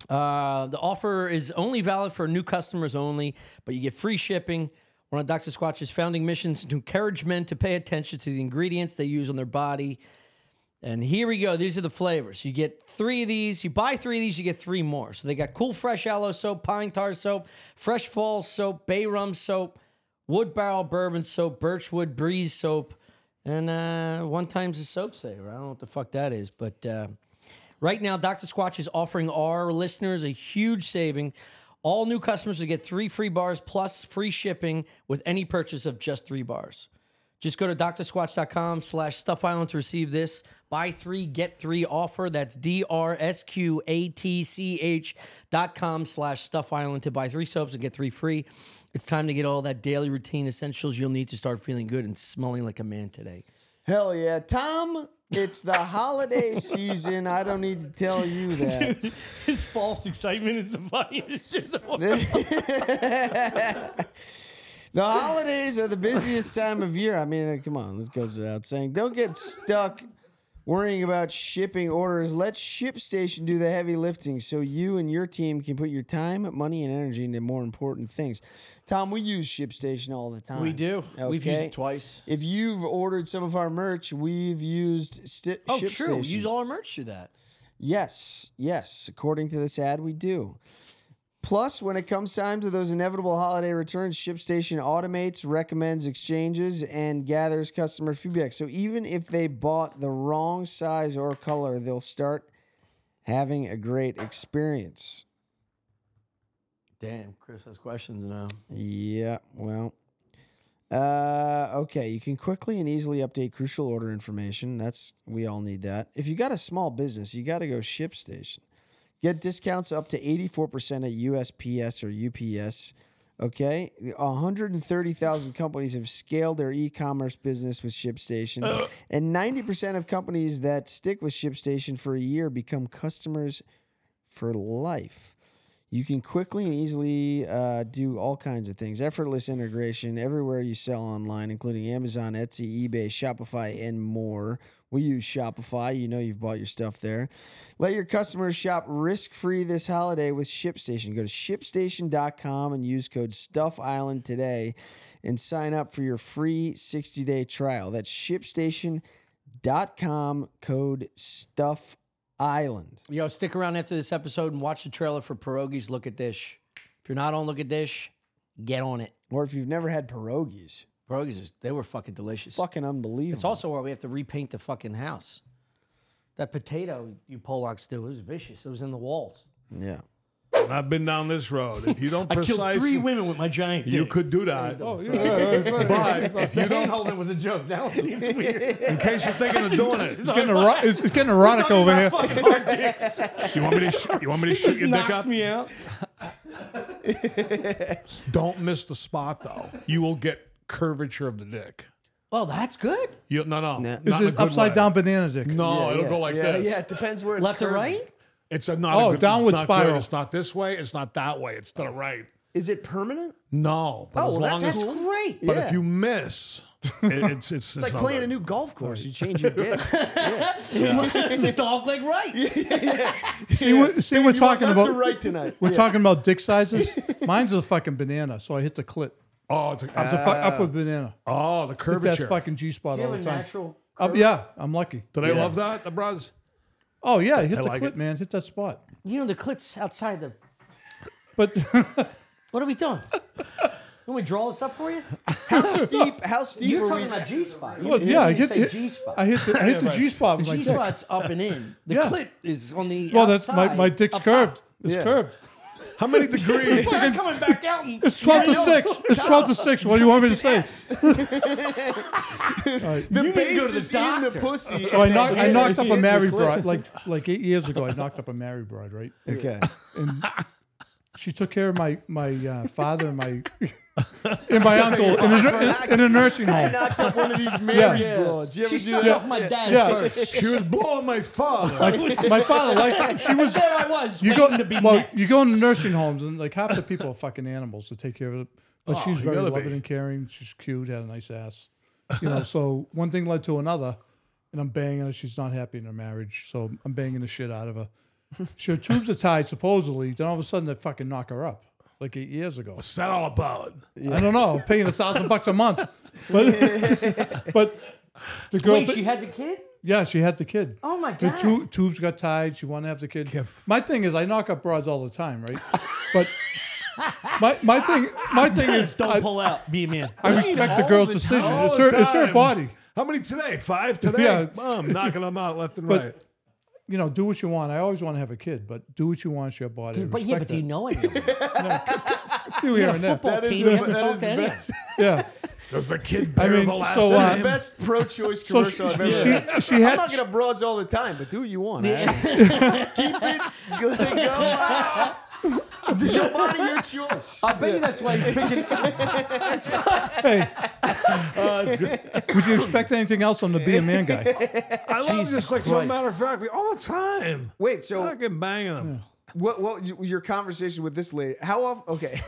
A: Uh, the offer is only valid for new customers only, but you get free shipping. One of Dr. Squatch's founding missions is to encourage men to pay attention to the ingredients they use on their body. And here we go. These are the flavors. You get three of these. You buy three of these, you get three more. So they got cool fresh aloe soap, pine tar soap, fresh fall soap, bay rum soap, wood barrel bourbon soap, birchwood breeze soap, and uh, one times the soap saver. I don't know what the fuck that is, but uh, Right now, Dr. Squatch is offering our listeners a huge saving. All new customers will get three free bars plus free shipping with any purchase of just three bars. Just go to drsquatch.com slash stuff island to receive this buy three, get three offer. That's D-R-S-Q-A-T-C-H dot com slash stuff island to buy three soaps and get three free. It's time to get all that daily routine essentials you'll need to start feeling good and smelling like a man today.
B: Hell yeah. Tom, it's the holiday season. I don't need to tell you that.
A: His false excitement is the funniest shit in the world.
B: The holidays are the busiest time of year. I mean, uh, come on, this goes without saying. Don't get stuck worrying about shipping orders. Let ShipStation do the heavy lifting so you and your team can put your time, money, and energy into more important things. Tom, we use ShipStation all the time.
A: We do. We've used
B: Okay?
A: it twice.
B: If you've ordered some of our merch, we've used sti-
A: Oh,
B: ShipStation.
A: true. Use all our merch through that.
B: Yes, yes. According to this ad, we do. Plus, when it comes time to those inevitable holiday returns, ShipStation automates, recommends exchanges, and gathers customer feedback. So even if they bought the wrong size or color, they'll start having a great experience.
A: Damn, Chris has questions now.
B: Yeah, well. Uh, okay, you can quickly and easily update crucial order information. That's we all need that. If you got a small business, you got to go ShipStation. Get discounts up to 84% at USPS or UPS. Okay, 130,000 companies have scaled their e-commerce business with ShipStation, and 90% of companies that stick with ShipStation for a year become customers for life. You can quickly and easily uh, do all kinds of things. Effortless integration everywhere you sell online, including Amazon, Etsy, eBay, Shopify, and more. We use Shopify. You know you've bought your stuff there. Let your customers shop risk free this holiday with ShipStation. Go to shipstation.com and use code Stuff Island today and sign up for your free 60 day trial. That's shipstation.com, code Stuff Island.
A: Yo, stick around after this episode and watch the trailer for Pierogies Look at Dish. If you're not on Look at Dish, get on it.
B: Or if you've never had pierogies.
A: Pierogies, is- they were fucking delicious.
B: fucking unbelievable.
A: It's also why we have to repaint the fucking house. That potato you Polacks do, it was vicious. It was in the walls.
B: yeah.
D: And I've been down this road. If you don't
A: I killed
D: precisely,
A: three women with my giant dick.
D: you could do that. Oh, yeah. but if you
A: Hand
D: don't,
A: holding was a joke. That one seems weird.
D: in case you're thinking of doing it,
C: It's getting, ero- it's, it's getting erotic over here.
A: Fucking hard dicks.
D: you want me to, sh- you want me to shoot
A: Just
D: your dick
A: knocks
D: up?
A: me out.
D: Don't miss the spot though. You will get curvature of the dick.
A: Well, that's good.
D: You, no, no, not
C: This
D: in a
C: is
D: good
C: upside
D: way.
C: down banana dick.
D: No,
B: Yeah,
D: it'll
B: yeah,
D: go like
B: yeah,
D: this.
B: Yeah, it depends where it's
A: Left or
B: curved.
A: right?
D: It's a, not
C: Oh,
D: a good,
C: downward
D: it's not
C: spiral.
D: Good. It's not this way. It's not that way. It's to the right.
B: Is it permanent?
D: No. But
B: Oh, well,
D: as long
B: that's
D: as,
B: cool.
A: Great.
D: But
B: Yeah.
D: if you miss, it, it's it's it's,
B: It's like playing a new golf course. You change your dick.
A: it's a dog leg right.
C: See, we're, see, we're
B: You went
C: talking
B: left
C: about
B: to right tonight.
C: we're
B: Yeah.
C: talking about dick sizes. Mine's a fucking banana, so I hit the clit.
D: Oh, it's a,
C: It's a fu- upward banana.
D: oh, the
C: Hit that
D: curvature.
C: fucking G spot
A: You
C: all
A: have
C: the
A: a
C: time.
A: natural.
C: Uh, yeah, I'm lucky.
D: Did I love that, the brothers?
C: Oh yeah, hit
D: I
C: the
D: like
C: clit,
D: it.
C: man. Hit that spot.
A: You know the clits outside the.
C: But
A: What are we doing? Can we draw this up for you?
B: How steep? How steep
A: You're
B: are
A: talking
B: we?
A: about G spot.
C: well, yeah, I hit,
A: say
C: hit-
A: G spot.
C: I hit the, I hit the
D: right.
C: G spot.
A: The
C: with my
A: G
C: dick.
A: spot's up and in. The
C: Yeah.
A: clit is on the.
C: Well, that's my,
A: outside,
C: my dick's
A: up top.
C: curved. It's
B: Yeah.
C: curved.
D: How many degrees?
A: Well, I'm coming back out. And
C: It's twelve to
A: Yeah, I know.
C: six. It's twelve to six. What do you want me to say?
B: The
A: You need to go to
B: base
A: the
B: is in the
A: doctor.
B: pussy.
C: So I
B: and
C: knocked
B: the
C: I
B: hair
C: knocked
B: is
C: up
B: in
C: a
B: the
C: married
B: clit.
C: bride like like eight years ago. I knocked up a married bride, right?
B: Okay.
C: She took care of my my uh, father and my and my uncle in a, nur- in a nursing
B: I
C: home.
B: knocked up one of these married
C: Yeah.
B: broads. You ever
A: She
B: do
A: sucked
B: that?
A: off my dad
C: Yeah.
A: first.
D: she was blowing my father.
C: Like my father, like she was.
A: There I was,
C: You go
A: waiting to be
C: well.
A: next.
C: You go into nursing homes and like half the people are fucking animals to take care of it. But she's
D: Oh, you
C: very
D: gotta
C: loving
D: be.
C: and caring. She's cute, had a nice ass. You know, so one thing led to another, and I'm banging her. She's not happy in her marriage, so I'm banging the shit out of her. She, her tubes are tied, supposedly. Then all of a sudden, they fucking knock her up, like eight years ago.
D: What's that all about?
C: I don't know, paying a thousand bucks a month, but but the girl,
A: Wait, she had the kid?
C: yeah, she had the kid.
A: Oh my
C: The
A: god.
C: tu- tubes got tied. She wanted to have the kid. My thing is, I knock up broads all the time, right? But my my thing my thing is,
A: Don't
C: I,
A: pull out, be a man.
C: I respect the girl's decision. It's her it's her body.
D: How many today? Five today?
C: Yeah.
D: Mom, knocking them out left and
C: But-
D: right.
C: You know, do what you want. I always want to have a kid, but do what you want. It's your body. I
A: But yeah, but
C: respect
A: do you
C: that.
A: know anyone?
C: A few here
A: a
C: and there.
A: football
B: That is
A: team.
B: the-
A: you haven't
B: that
A: talked
B: is
A: to
B: the
A: anyone.
B: best.
C: Yeah.
D: Does the kid
C: I
D: bear
C: mean,
D: the last
C: so, uh,
B: That's the
D: name?
B: best pro-choice
C: So
B: commercial
C: she,
B: I've ever
C: she,
B: heard.
C: she
B: I'm
C: had
B: not gonna broads all the time, but do what you want. alright? Keep it, let it go. out. It's your body, your choice.
A: I bet you that's why he's picking.
C: hey,
A: Oh,
D: Uh, it's good.
C: would you expect anything else on the be a man guy?
D: I love this. Like, so
A: Christ.
D: matter of fact, we all the time.
B: Wait, so
D: Fucking banging them.
B: what? What your conversation with this lady? How often? Okay,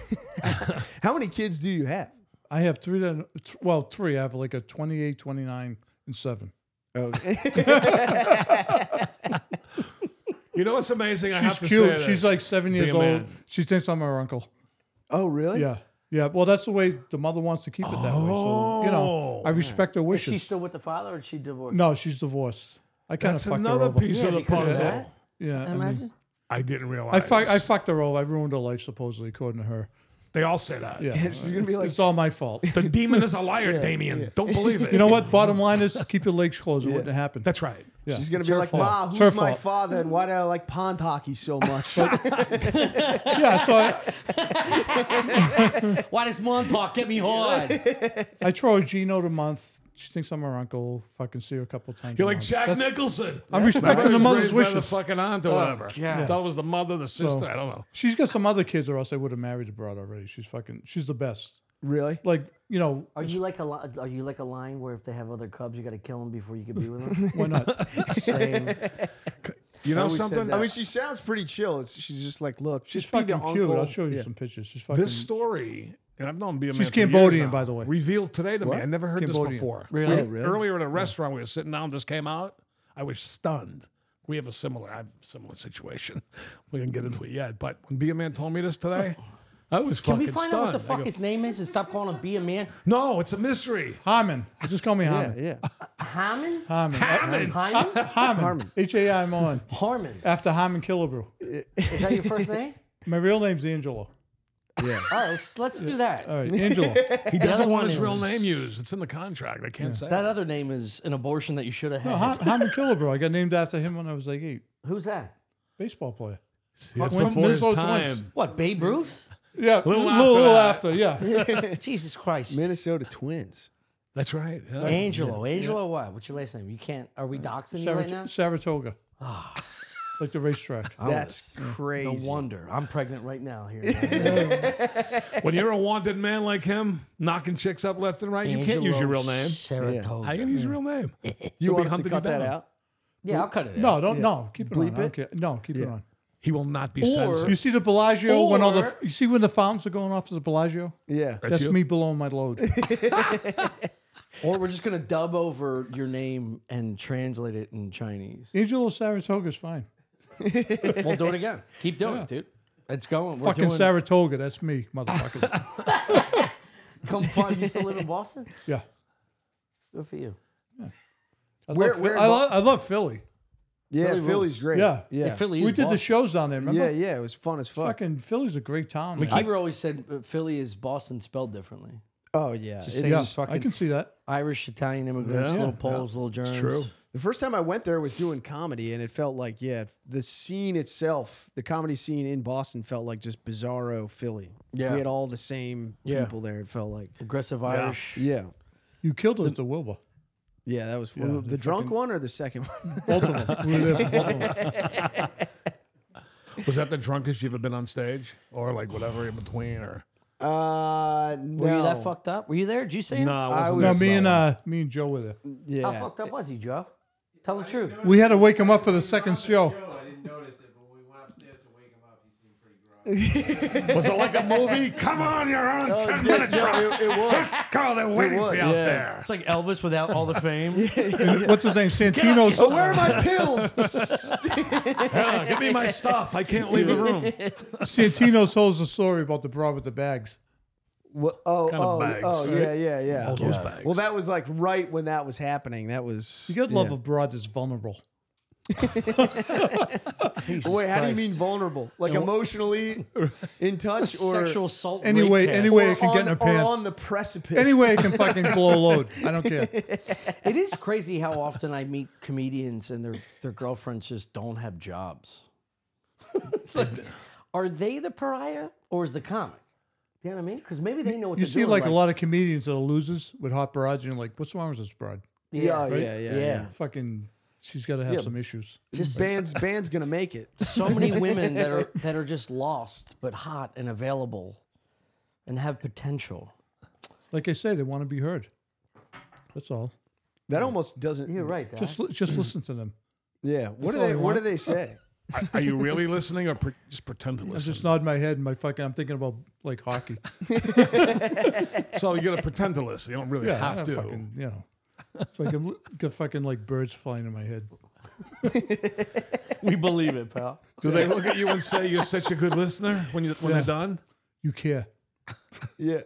B: how many kids do you have?
C: I have three that well, three. I have like a 28, 29, and seven.
B: Okay.
D: You know what's amazing? I
C: She's
D: have to say
C: cute.
D: this.
C: She's like seven years
D: a
C: old.
D: man.
C: She thinks I'm her uncle.
B: Oh, really?
C: Yeah. Yeah. Well, that's the way the mother wants to keep it that way. So, you know,
D: Oh.
C: I respect her
A: Is she
C: wishes.
A: still with the father, or is she divorced?
C: no, she's divorced. I kind of
D: That's
C: fucked her over.
D: another piece of the
A: because of
D: puzzle.
A: that.
C: Yeah. I, mean,
A: Imagine.
D: I didn't realize.
C: I, fu- I fucked her over. I ruined her life, supposedly, according to her.
D: They all say that.
C: Yeah.
B: she's gonna be
C: It's-
B: like-
C: it's all my fault.
D: The demon is a liar, Damien. Don't believe it.
C: You know what? Bottom line is keep your legs closed. It wouldn't have happened.
D: That's right.
C: Yeah.
B: She's gonna
C: It's
B: be
C: her
B: like,
C: fault.
B: Ma,
C: It's
B: who's
C: her
B: my
C: fault.
B: father, and why do I like pond hockey so much?
C: Yeah. So I,
A: Why does Montauk get me hard?
C: I throw a G note a month. She thinks I'm her uncle. Fucking see her a couple times.
D: You're
C: a
D: like
C: month.
D: Jack
C: That's-
D: Nicholson.
C: I'm respecting the
D: Raised
C: mother's
D: by The
C: wishes.
D: fucking aunt or whatever.
B: Oh, God.
D: That was the mother, the sister. I don't know.
C: She's got some other kids, or else I would have married abroad already. She's fucking. She's the best.
B: really?
C: Like you know,
A: Are you like a li- are you like a line where if they have other cubs, you got to kill them before you can be with them?
C: why not?
A: Same.
D: You know
B: always said
D: something?
B: that. I mean, she sounds pretty chill. It's, she's just like, look,
C: She's
B: just be the
C: fucking
B: uncle.
C: cute. I'll show you some pictures. She's fucking.
D: this story, and I've known Bia.
C: She's Cambodian, by the way.
D: Revealed today to me.
B: What?
D: I never heard
C: Cambodian.
D: this before.
B: Really?
D: We-
B: Oh, really?
D: Earlier at a restaurant, we were sitting down. This came out. I was stunned. We have a similar, I have a similar situation. We didn't get into it yet, but when Bia Man told me this today, I was
A: Can
D: fucking
A: we find
D: stunned.
A: out what the
D: I
A: fuck
D: go,
A: his name is and stop calling him Be a Man?
D: No, it's a mystery.
C: Harmon. Just call me
B: Yeah,
C: Harmon.
B: yeah.
A: Harmon?
C: Harmon.
D: Hammond.
A: Hyman?
C: Harmon. H A I M O N.
A: Harmon.
C: After Harmon Killebrew.
A: Is that your first name?
C: My real name's Angelo.
A: All right, let's, let's do that.
C: All right, Angelo.
D: He
A: The other
D: doesn't want
A: one
D: his real
A: is-
D: name used. It's in the contract. I can't say
A: That
D: it.
A: other name is an abortion that you should have had.
D: Uh-huh.
C: Har- Harmon Killebrew. I got named after him when I was like eight.
A: Who's that?
C: Baseball player.
D: It's
C: When
D: before his
C: Minnesota
D: time.
C: Twins-
A: What, Babe Ruth?
C: Yeah,
D: Little
C: little,
D: after
C: little,
D: that.
C: after, yeah.
A: Jesus Christ.
B: Minnesota Twins.
D: That's right. yeah.
A: Angelo. Angelo what? What's your last name? You can't. Are we doxing you right
C: Sarat-
A: now?
C: Saratoga.
B: Ah.
C: like the racetrack.
B: That's
A: Oh, No
B: crazy.
A: wonder. I'm pregnant right now here.
D: When you're a wanted man like him, knocking chicks up left and right, you can't use your real name.
A: Saratoga.
D: How you gonna use your real name?
B: you want us to
D: Humpty
B: cut that
D: Dumpty.
B: out?
A: yeah, I'll cut it out.
C: No, don't, no, keep it
B: Bleep
C: on. I don't
B: it?
C: care. No, keep it on.
D: He will not be
C: You
D: censored.
C: see the Bellagio when all the
A: Or-
C: you see when the fountains are going off to the Bellagio.
B: Yeah.
C: That's
D: you?
C: me blowing my load.
A: Or we're just going to dub over your name and translate it in Chinese.
C: Angelo Saratoga's fine.
A: We'll do it again. Keep doing it, dude. It's going. We're
C: Fucking
A: doing.
C: Saratoga, that's me, motherfuckers.
A: Come find. You still live in Boston?
C: yeah,
A: Good for you.
C: I,
B: Where-
C: love, Phil-
B: where
C: I,
B: in Bo-
C: lo- I love Philly.
B: Yeah,
A: Philly
B: Philly's
A: rules.
B: great.
C: Yeah.
B: Yeah.
A: Yeah, Philly
C: we
A: is
C: did the
A: Boston.
C: shows down there. Remember?
B: yeah, yeah. It was fun as fuck.
C: Fucking Philly's a great town. man.
A: McKeever always said uh, Philly is Boston spelled differently.
B: oh, yeah.
A: It's the
B: It-
A: same
C: yeah,
A: as fucking
C: I can see that.
A: Irish, Italian immigrants, little Poles, little Germans.
D: true.
B: the first time I went there was doing comedy, and it felt like, yeah, the scene itself, the comedy scene in Boston felt like just bizarro Philly.
A: Yeah.
B: We had all the same
A: Yeah.
B: people there, it felt like.
A: Aggressive Irish.
B: Yeah.
C: You killed us, the Wilbur.
B: Yeah, that was the, drunk one or the second one?
C: Both of them. We were there for both of them.
D: Was that the drunkest you've ever been on stage, or like whatever in between, or
B: Uh, no.
A: Were you that fucked up? Were you there? Did you see him?
B: I
C: No,
B: was,
C: me and uh, me and Joe were there.
A: How
B: yeah.
A: fucked up was he, Joe? Tell the truth.
C: We had to wake him up for the second show.
E: I didn't notice it, but when we went upstairs to wake him up, he seemed pretty groggy.
D: Was it like a movie? Come on, you're on
B: Oh,
D: ten
B: dude,
D: minutes.
B: yeah,
D: bro.
B: it- it was.
D: Let's go. They're waiting
B: was.
D: for you out
B: Yeah.
D: there.
A: It's like Elvis without all the fame.
C: What's his name? Santino's.
A: Get out,
B: But where are my pills?
D: Yeah, give me my stuff. I can't leave the room.
C: Santino told us a story about the bra with the bags.
B: Wha- oh,
D: Kinda
B: oh,
D: bags,
B: oh,
D: right?
B: yeah, yeah, yeah.
D: All those
B: Yeah.
D: bags.
B: Well, that was like right when that was happening. That was.
C: You gotta love
B: yeah.
C: a bra that's vulnerable.
A: Jesus
B: Wait, how do you
A: Christ.
B: mean vulnerable? Like emotionally in touch or
A: sexual assault?
C: Any way-
A: rape
C: any
A: cast.
C: way-
B: or
C: it can
B: on,
C: get in her
B: or
C: pants.
B: on the precipice?
C: Anyway, it can fucking blow a load. I don't care.
A: It is crazy how often I meet comedians and their their girlfriends just don't have jobs. it's like, are they the pariah or is the comic? You know what I mean? Because maybe they know what
C: You
A: they're
C: see,
A: doing,
C: like a lot of comedians that are losers with hot barrage, and you're like, what's wrong with this broad?
B: yeah, oh, yeah, yeah,
A: Yeah.
B: yeah.
C: Fucking, she's got to have
B: Yeah.
C: some issues.
A: Just
B: Band's band's gonna make it.
A: so many women that are that are just lost but hot and available, and have potential.
C: Like I say, they want to be heard. That's all.
B: That almost doesn't.
A: You're right.
C: Just li-
D: Hmm.
C: just listen to them.
B: Yeah. What do
C: all
B: they?
C: you
B: What
C: want.
B: do they say?
D: Are, are you really listening or pre- just pretend to
C: I
D: listen?
C: just nod my head and my fucking. I'm thinking about like hockey.
D: so you got to pretend to listen. You don't really
C: Yeah,
D: have
C: I'm
D: to.
C: Fucking, you know, it's like I'm li- got fucking like birds flying in my head.
A: we believe it, pal.
D: Do they look at you and say you're such a good listener when you when they're done?
C: You care.
B: Yeah,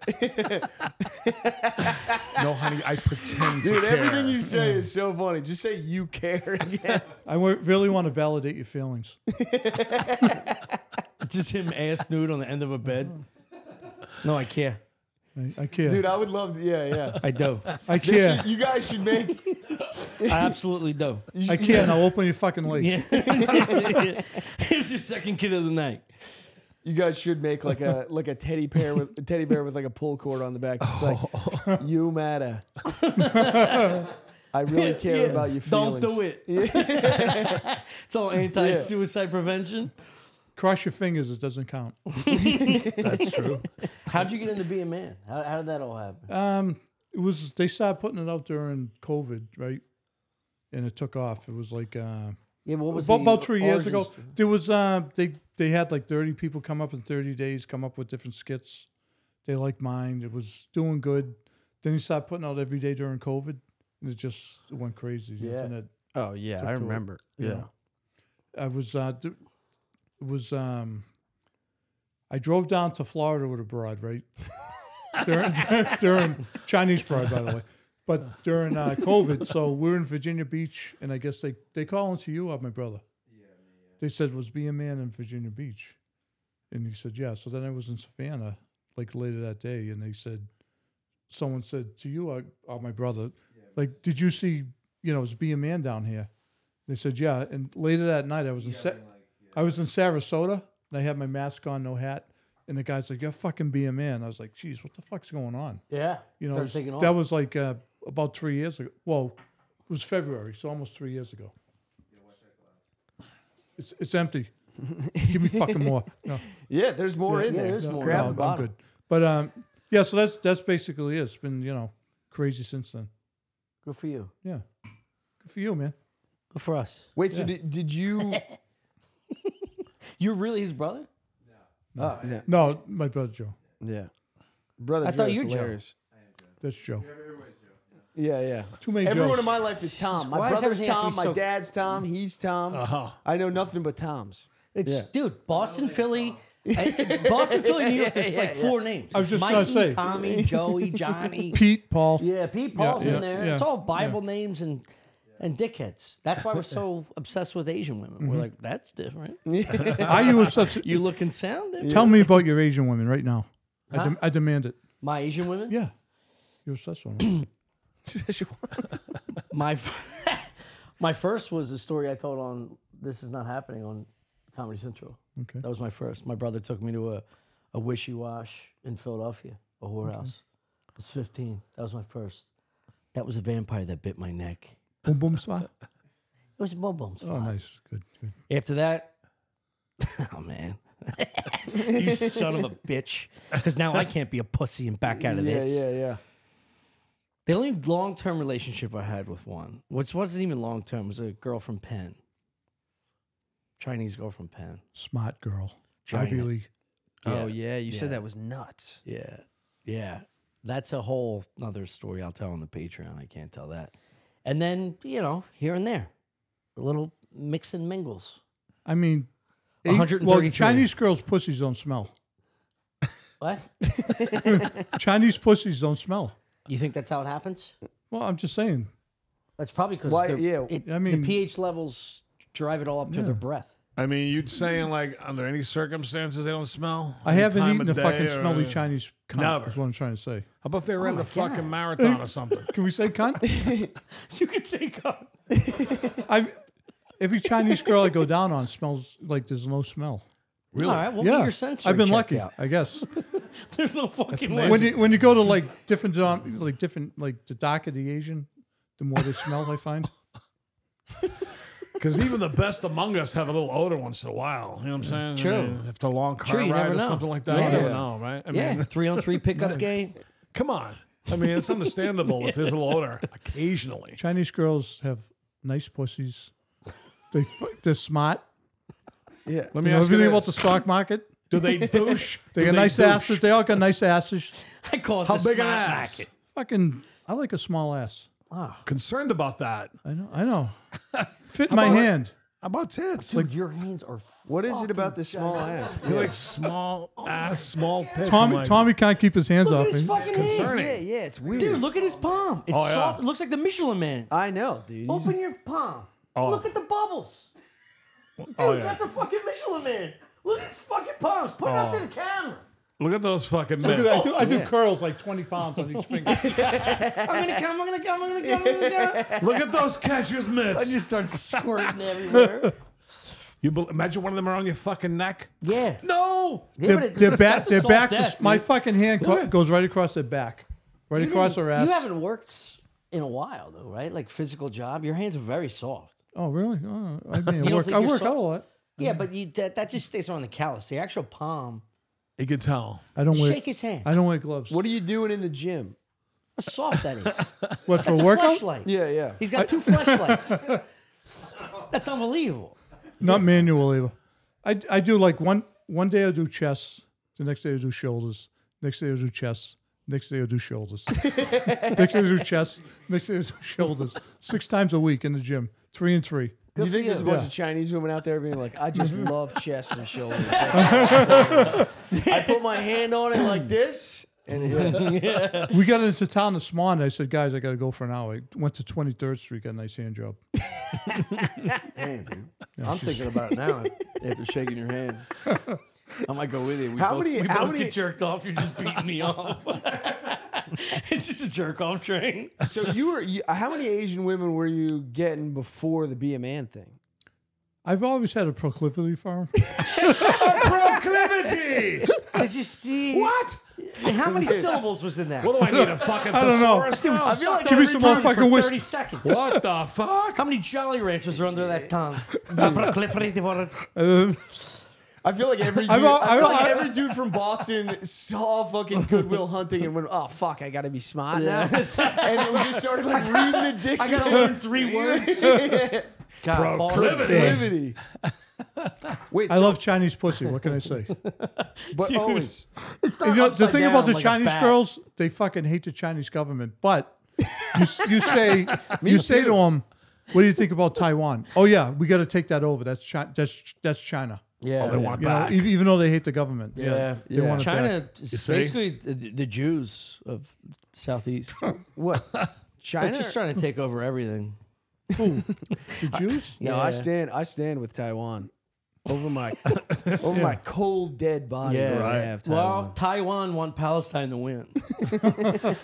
D: No, honey, I pretend to
B: dude.
D: care.
B: Everything you say is so funny. Just say you care again.
C: I wa- really want to validate your feelings.
A: Just him ass nude on the end of a bed. No, I care.
C: I, I care.
B: dude. I would love to. Yeah, yeah.
A: I do.
C: I care.
B: You guys should make.
A: I absolutely do.
C: I care. And I'll open your fucking legs.
A: Yeah. Here's your second kid of the night.
B: You guys should make like a like a teddy bear with a teddy bear with like a pull cord on the back. It's
A: Oh.
B: like you matter. I really care
A: Yeah.
B: about your
A: Don't
B: feelings.
A: do it. it's all anti-suicide prevention.
C: Cross your fingers. It doesn't count.
D: That's true.
A: How'd you get into being a man? How, how did that all happen?
C: Um, it was they started putting it out during COVID, right? And it took off. It was like uh,
A: Yeah, what was
C: about,
A: the
C: about three years
A: origin
C: ago.
A: story?
C: There was uh, they they had like thirty people come up in thirty days, come up with different skits. They liked mine. It was doing good. Then he started putting out every day during COVID, and it just went crazy. The
A: Yeah.
C: internet.
B: Oh yeah, I
C: to it.
B: remember.
C: you
B: Yeah.
C: know. I was uh, th- it was um, I drove down to Florida with a broad, right? during, during, during Chinese broad, by the way, but during uh, COVID, so we were in Virginia Beach, and I guess they they call into you up, my brother. They said was be a man in Virginia Beach, and he said yeah. So then I was in Savannah like later that day, and they said someone said to you, uh, uh, my brother, like did you see you know was be a man down here? They said, "Yeah." And later that night, I was in Sa- I was in Sarasota, and I had my mask on, no hat. And the guy's like, "Yeah, fucking be a man." I was like, "Geez, what the fuck's going on?"
A: Yeah,
C: You know,
A: Started taking off.
C: that was like uh, about three years ago. Well, it was February, so almost three years ago. It's it's empty. Give me fucking more. No,
B: Yeah, there's more in
A: yeah,
B: there.
A: there's more.
B: Grab
A: No,
B: the
C: I'm- I'm
B: bottom.
C: good. But um, yeah. So that's that's basically it. It's been you know crazy since then.
A: good for you.
C: Yeah, good for you, man.
A: Good for us.
B: Wait, so did, did you?
A: You're really his brother? Oh.
C: No, my brother Joe.
B: yeah, brother.
A: I thought
B: Joe's
A: you were Joe.
B: hilarious.
C: That's Joe.
B: Yeah, yeah.
C: Too many
B: Everyone
C: Joes.
B: in my life is Tom. My
A: Why does
B: brother's
A: everything have to
B: Tom.
A: be
B: My
A: so- Uh-huh.
B: dad's Tom. He's Tom. I know nothing but Toms.
A: It's
B: Yeah.
A: dude, Boston, Philly, I- Boston, Philly, New York. There's like four names. I
C: was just
A: Mikey,
C: gonna say.
A: Tommy, Joey, Johnny.
C: Pete, Paul.
A: Yeah, Pete Paul's
C: yeah,
A: in there.
C: yeah,
A: it's all Bible names and and dickheads. That's why we're so obsessed with Asian women.
C: Mm-hmm.
A: We're like, that's different.
C: Are you obsessed?
A: You look and sound different.
C: Tell me about your Asian women right now. I, dem- I demand it.
A: My Asian women?
C: Yeah. You're obsessed with them.
A: My f- my first was the story I told on This Is Not Happening on Comedy Central.
C: Okay.
A: That was my first. My brother took me to a, a wishy wash in Philadelphia, a whorehouse. I was 15. That was my first. That was a vampire that bit my neck. It
C: boom, boom, spot.
A: was a bum bum
C: Oh,
A: spot.
C: nice. Good, good.
A: After that, oh man, you son of a bitch. Because now I can't be a pussy and back out of
B: Yeah,
A: this.
B: yeah, yeah.
A: The only long term relationship I had with one, which wasn't even long term, was a girl from Penn. Chinese girl from Penn.
C: Smart girl.
A: China.
C: Ivy League.
B: Oh yeah, you said that was nuts.
A: Yeah. Yeah. That's a whole other story I'll tell on the Patreon. I can't tell that. And then, you know, here and there, little mix and mingles.
C: I mean, eight-
A: 132.
C: well, Chinese girls' pussies don't smell.
A: What?
C: Chinese pussies don't smell.
A: you think that's how it happens?
C: Well, I'm just saying.
A: That's probably because
B: Why- yeah,
C: I mean-
A: the pH levels drive it all up to their breath.
D: I mean, you'd saying like under any circumstances they don't smell.
C: I
D: Any
C: haven't
D: time
C: eaten a
D: of
C: fucking
D: day or-
C: smelly Chinese cunt.
D: Never.
C: Is what I'm trying to say.
D: How about they
A: Oh
D: ran the fucking marathon or something?
C: Can we say cunt?
A: You could say God.
C: I, every Chinese girl I go down on smells like there's no smell.
D: Really?
A: All right, well,
C: yeah,
A: get your sensory
C: I've been
A: checked
C: lucky,
A: out.
C: I guess.
A: There's no fucking
D: amazing.
A: way.
C: when you when you go to like different dom- like different like the darker the Asian, the more they smell. I find.
D: Because even the best among us have a little odor once in a while. You know what I'm saying?
A: True.
D: I mean, after a long car
A: True, you
D: ride
A: never
D: or
A: know.
D: something like that,
A: Yeah.
D: you never know, right? I
A: Yeah,
D: mean,
A: three on three pickup game.
D: come on. I mean, it's understandable if there's a little odor occasionally.
C: Chinese girls have nice pussies. They fu- they're smart.
B: Yeah.
D: Let
C: You
D: me
C: know
D: ask you
C: everything about the
D: this.
C: stock market.
D: Do they douche?
C: They
D: Do
C: got nice
D: douche?
C: asses. They all got nice asses.
A: I call it
D: How
A: the
D: big an
A: snot
D: ass?
A: racket.
C: Fucking, I like a small ass.
D: Concerned about that. How
C: I know. I know. Fit my hand.
D: about tits?
A: Dude, your hands are.
B: What is it about this small ass?
D: you like small ass, small tits. I'm
C: Tommy
D: like,
C: Tommy can't keep his hands
A: Look
C: off
A: at his
C: me.
A: fucking hand.
D: Concerning.
B: Yeah, yeah, it's weird.
A: Dude, look at his palm. It's
D: Oh, yeah.
A: soft. It looks like the Michelin man.
B: I know, dude. He's-
A: Uh, Open your palm. Look at the bubbles. Dude,
D: oh, yeah.
A: that's a fucking Michelin man. Look at his fucking palms. Put it up to the camera.
D: Look at those fucking men.
C: I do, I do curls like twenty pounds on each finger.
A: I'm gonna come, I'm gonna come, I'm gonna come, I'm gonna come.
D: Look at those catcher's mitts.
A: I just start squirting everywhere.
D: you bel imagine one of them around your fucking neck?
A: Yeah.
D: No.
A: Yeah,
C: Their,
A: but it-
C: their
A: that's a-
C: back,
A: that's a
C: their
A: soft
C: backs.
A: death,
C: is- my
A: dude.
C: fucking hand co- goes right across their back, right across their ass.
A: You haven't worked in a while though, right? Like physical job. Your hands are very soft.
C: oh really? Oh, I mean,
A: don't
C: I work.
A: think
C: I
A: you're
C: work
A: so-
C: out a lot.
A: Yeah, but you that, that just stays on the callus. The actual palm.
D: You can tell.
C: I don't wear.
A: Shake his hand.
C: I don't wear gloves.
B: What are you doing in the gym?
A: How soft that is.
C: What for
A: That's a
C: workout?
A: flashlight.
B: Yeah, yeah.
A: He's got two flashlights. That's unbelievable.
C: Not manual labor. I, I do like one one day I do chest, the next day I do shoulders, next day I do chest, next day I do shoulders, next day I do chest, next day I do shoulders. Six times a week in the gym, three and three.
B: Do you think
A: for
B: there's a
A: you.
B: bunch of Chinese women out there being like, I just
A: Mm-hmm.
B: love chests and shoulders? I put my hand on it like this, and yeah.
C: We got into town this morning. I said, guys, I got to go for an hour. I went to Twenty Third Street, got a nice hand job.
E: I'm thinking about it now after shaking your hand. I might go with you. We
B: how
E: both-
B: many?
E: we
B: How
E: both
B: many?
E: get-
A: jerked off. You're just beating me off. it's just a jerk off train.
B: So you were? You, how many Asian women were you getting before the be a man thing?
C: I've always had a proclivity for 'em.
D: Proclivity.
A: Did you see
D: what?
A: how many syllables was in that?
D: What do I need a fucking? I
C: don't know.
D: I
A: Sucked
C: give me
A: every
C: some
A: time for
C: motherfucking whiskey.
A: Thirty seconds.
D: what the fuck?
A: How many Jolly Ranchers are under that tongue? That's
B: I feel like every dude,
C: I've
B: i
C: al- I've
B: feel like
C: al-
B: every dude from Boston saw fucking Goodwill Hunting and went, "Oh fuck, I gotta be smart now," and just started like reading the dictionary.
A: gotta learn three words. God, Boston.
B: Proclivity. Wait,
C: I
B: so-
C: love Chinese pussy. What can I say?
B: but always
C: you know, the
A: upside
C: thing about
A: down
C: the
A: like a
C: Chinese
A: bat.
C: girls, they fucking hate the Chinese government. But you, s- you say you say to them, "What do you think about Taiwan?" Oh yeah, we got to take that over. That's China. That's that's China.
A: Oh,
E: Yeah.
D: They want it
C: You know,
D: back.
C: e- even though they hate the government.
E: yeah.
C: They want it back.
E: China is
D: see?
E: basically the, the Jews of Southeast.
B: what
E: They're
B: China.
E: just trying to take over everything.
C: The Jews.
B: No, I stand. I stand with Taiwan over my over my cold dead body.
E: Yeah.
B: that I
E: Right.
B: have
E: Well,
B: Taiwan.
E: Taiwan want Palestine to win.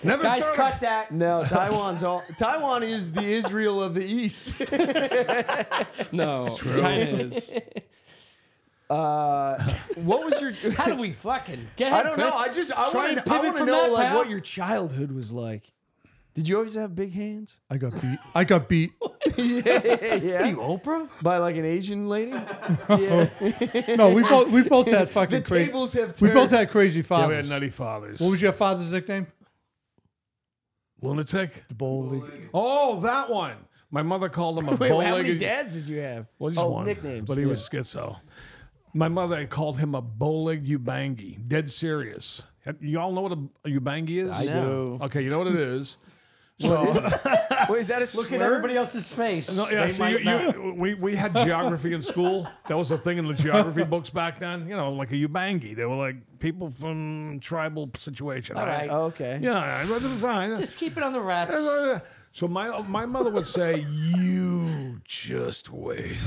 D: Never
A: Guys,
D: start
A: cut that.
B: no, Taiwan's all. Taiwan is the Israel of the East.
E: No, China is.
B: Uh, what was your?
A: How do we fucking get
B: I don't know. I just I
A: Try
B: want
A: and
B: to I
A: pivot
B: want to
A: from
B: know
A: that,
B: like
A: pal.
B: what your childhood was like. Did you always have big hands?
C: I got beat. I got beat.
B: yeah,
A: Oprah?
B: by like an Asian lady.
C: No, we both we both had fucking
B: The
C: crazy.
B: tables have
C: We
B: turned.
C: both had crazy
D: Yeah, we had
C: fathers.
D: nutty fathers.
C: what was your father's nickname?
D: Lunatic.
C: The Bowl League.
D: Oh, that one. My mother called him a
B: Wait, how many
D: bow-legged.
B: dads did you have?
D: Well, just
B: Oh,
D: one.
B: nicknames.
D: But he
B: yeah.
D: was schizo. My mother had called him a bowlegged Ubangi. Dead serious. Have- You all know what a, a Ubangi is?
E: I do.
D: Okay, you know what it is. So,
B: Wait, is that a slur?
A: Look at everybody else's face.
D: No, yeah,
A: They
D: so
A: might
D: you,
A: not-
D: you, we, we had geography in school. That was a thing in the geography books back then. You know, like a Ubangi. They were like people from tribal situation.
A: All right.
B: Oh, okay.
D: Yeah, I read them fine.
A: Just keep it on the wraps.
D: So my my mother would say, "You just wait.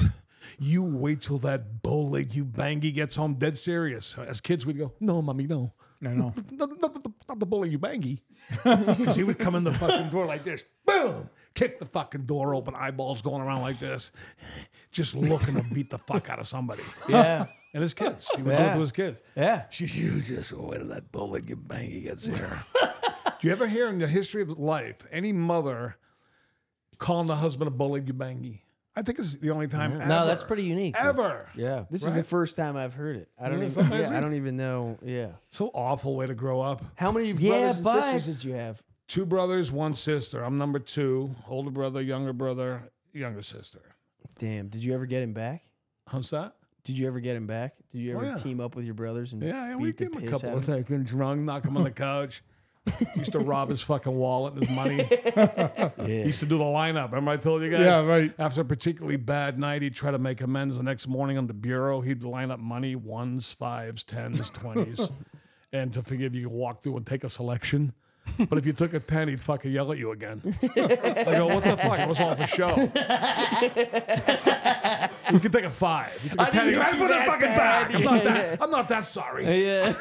D: You wait till that bow-legged Ubangi gets home." Dead serious. As kids, we'd go, "No, mommy, no,
C: No, no.
D: not, not, the, not the bow-legged Ubangi," because he would come in the fucking door like this, boom, kick the fucking door open, eyeballs going around like this, just looking to beat the fuck out of somebody.
A: Yeah.
D: And his kids, he would do it
A: Yeah.
D: to his kids.
A: Yeah.
D: She, you just wait till that bow-legged Ubangi gets here. Do you ever hear in the history of life any mother calling the husband a bully gubangi? I think it's the only time ever.
A: No, that's pretty unique.
D: Ever.
E: Yeah.
B: This is the first time I've heard it. I don't even.
D: sometimes
B: Yeah,
D: it-
B: I don't even know. Yeah.
D: So awful way to grow up.
B: How many brothers
A: Yeah,
B: and
A: but-
B: sisters did you have?
D: Two brothers, one sister. I'm number two. Older brother, younger brother, younger sister.
B: Damn. Did you ever get him back?
D: How's that?
B: Did you ever get him back? Did you
D: Oh,
B: ever
D: yeah.
B: team up with your brothers and
D: Yeah, yeah
B: beat
D: we
B: the
D: give him a
B: piss
D: couple
B: out
D: of
B: of them?
D: things. Been drunk, knock him on the couch. used to rob his fucking wallet and his money. He used to do the lineup. Remember I told you guys?
C: Yeah, right.
D: After a particularly bad night, he'd try to make amends the next morning on the bureau. He'd line up money, ones, fives, tens, twenties. and to forgive you, could walk through and take a selection. But if you took a 10, he'd fucking yell at you again. I go, what the fuck? It was all for show. you could take a five. You took a
A: I
D: 10.
A: didn't
D: you go, I
A: do
D: put it
A: that
D: fucking
A: bad."
D: back. I'm, not that, I'm not that sorry.
A: Yeah.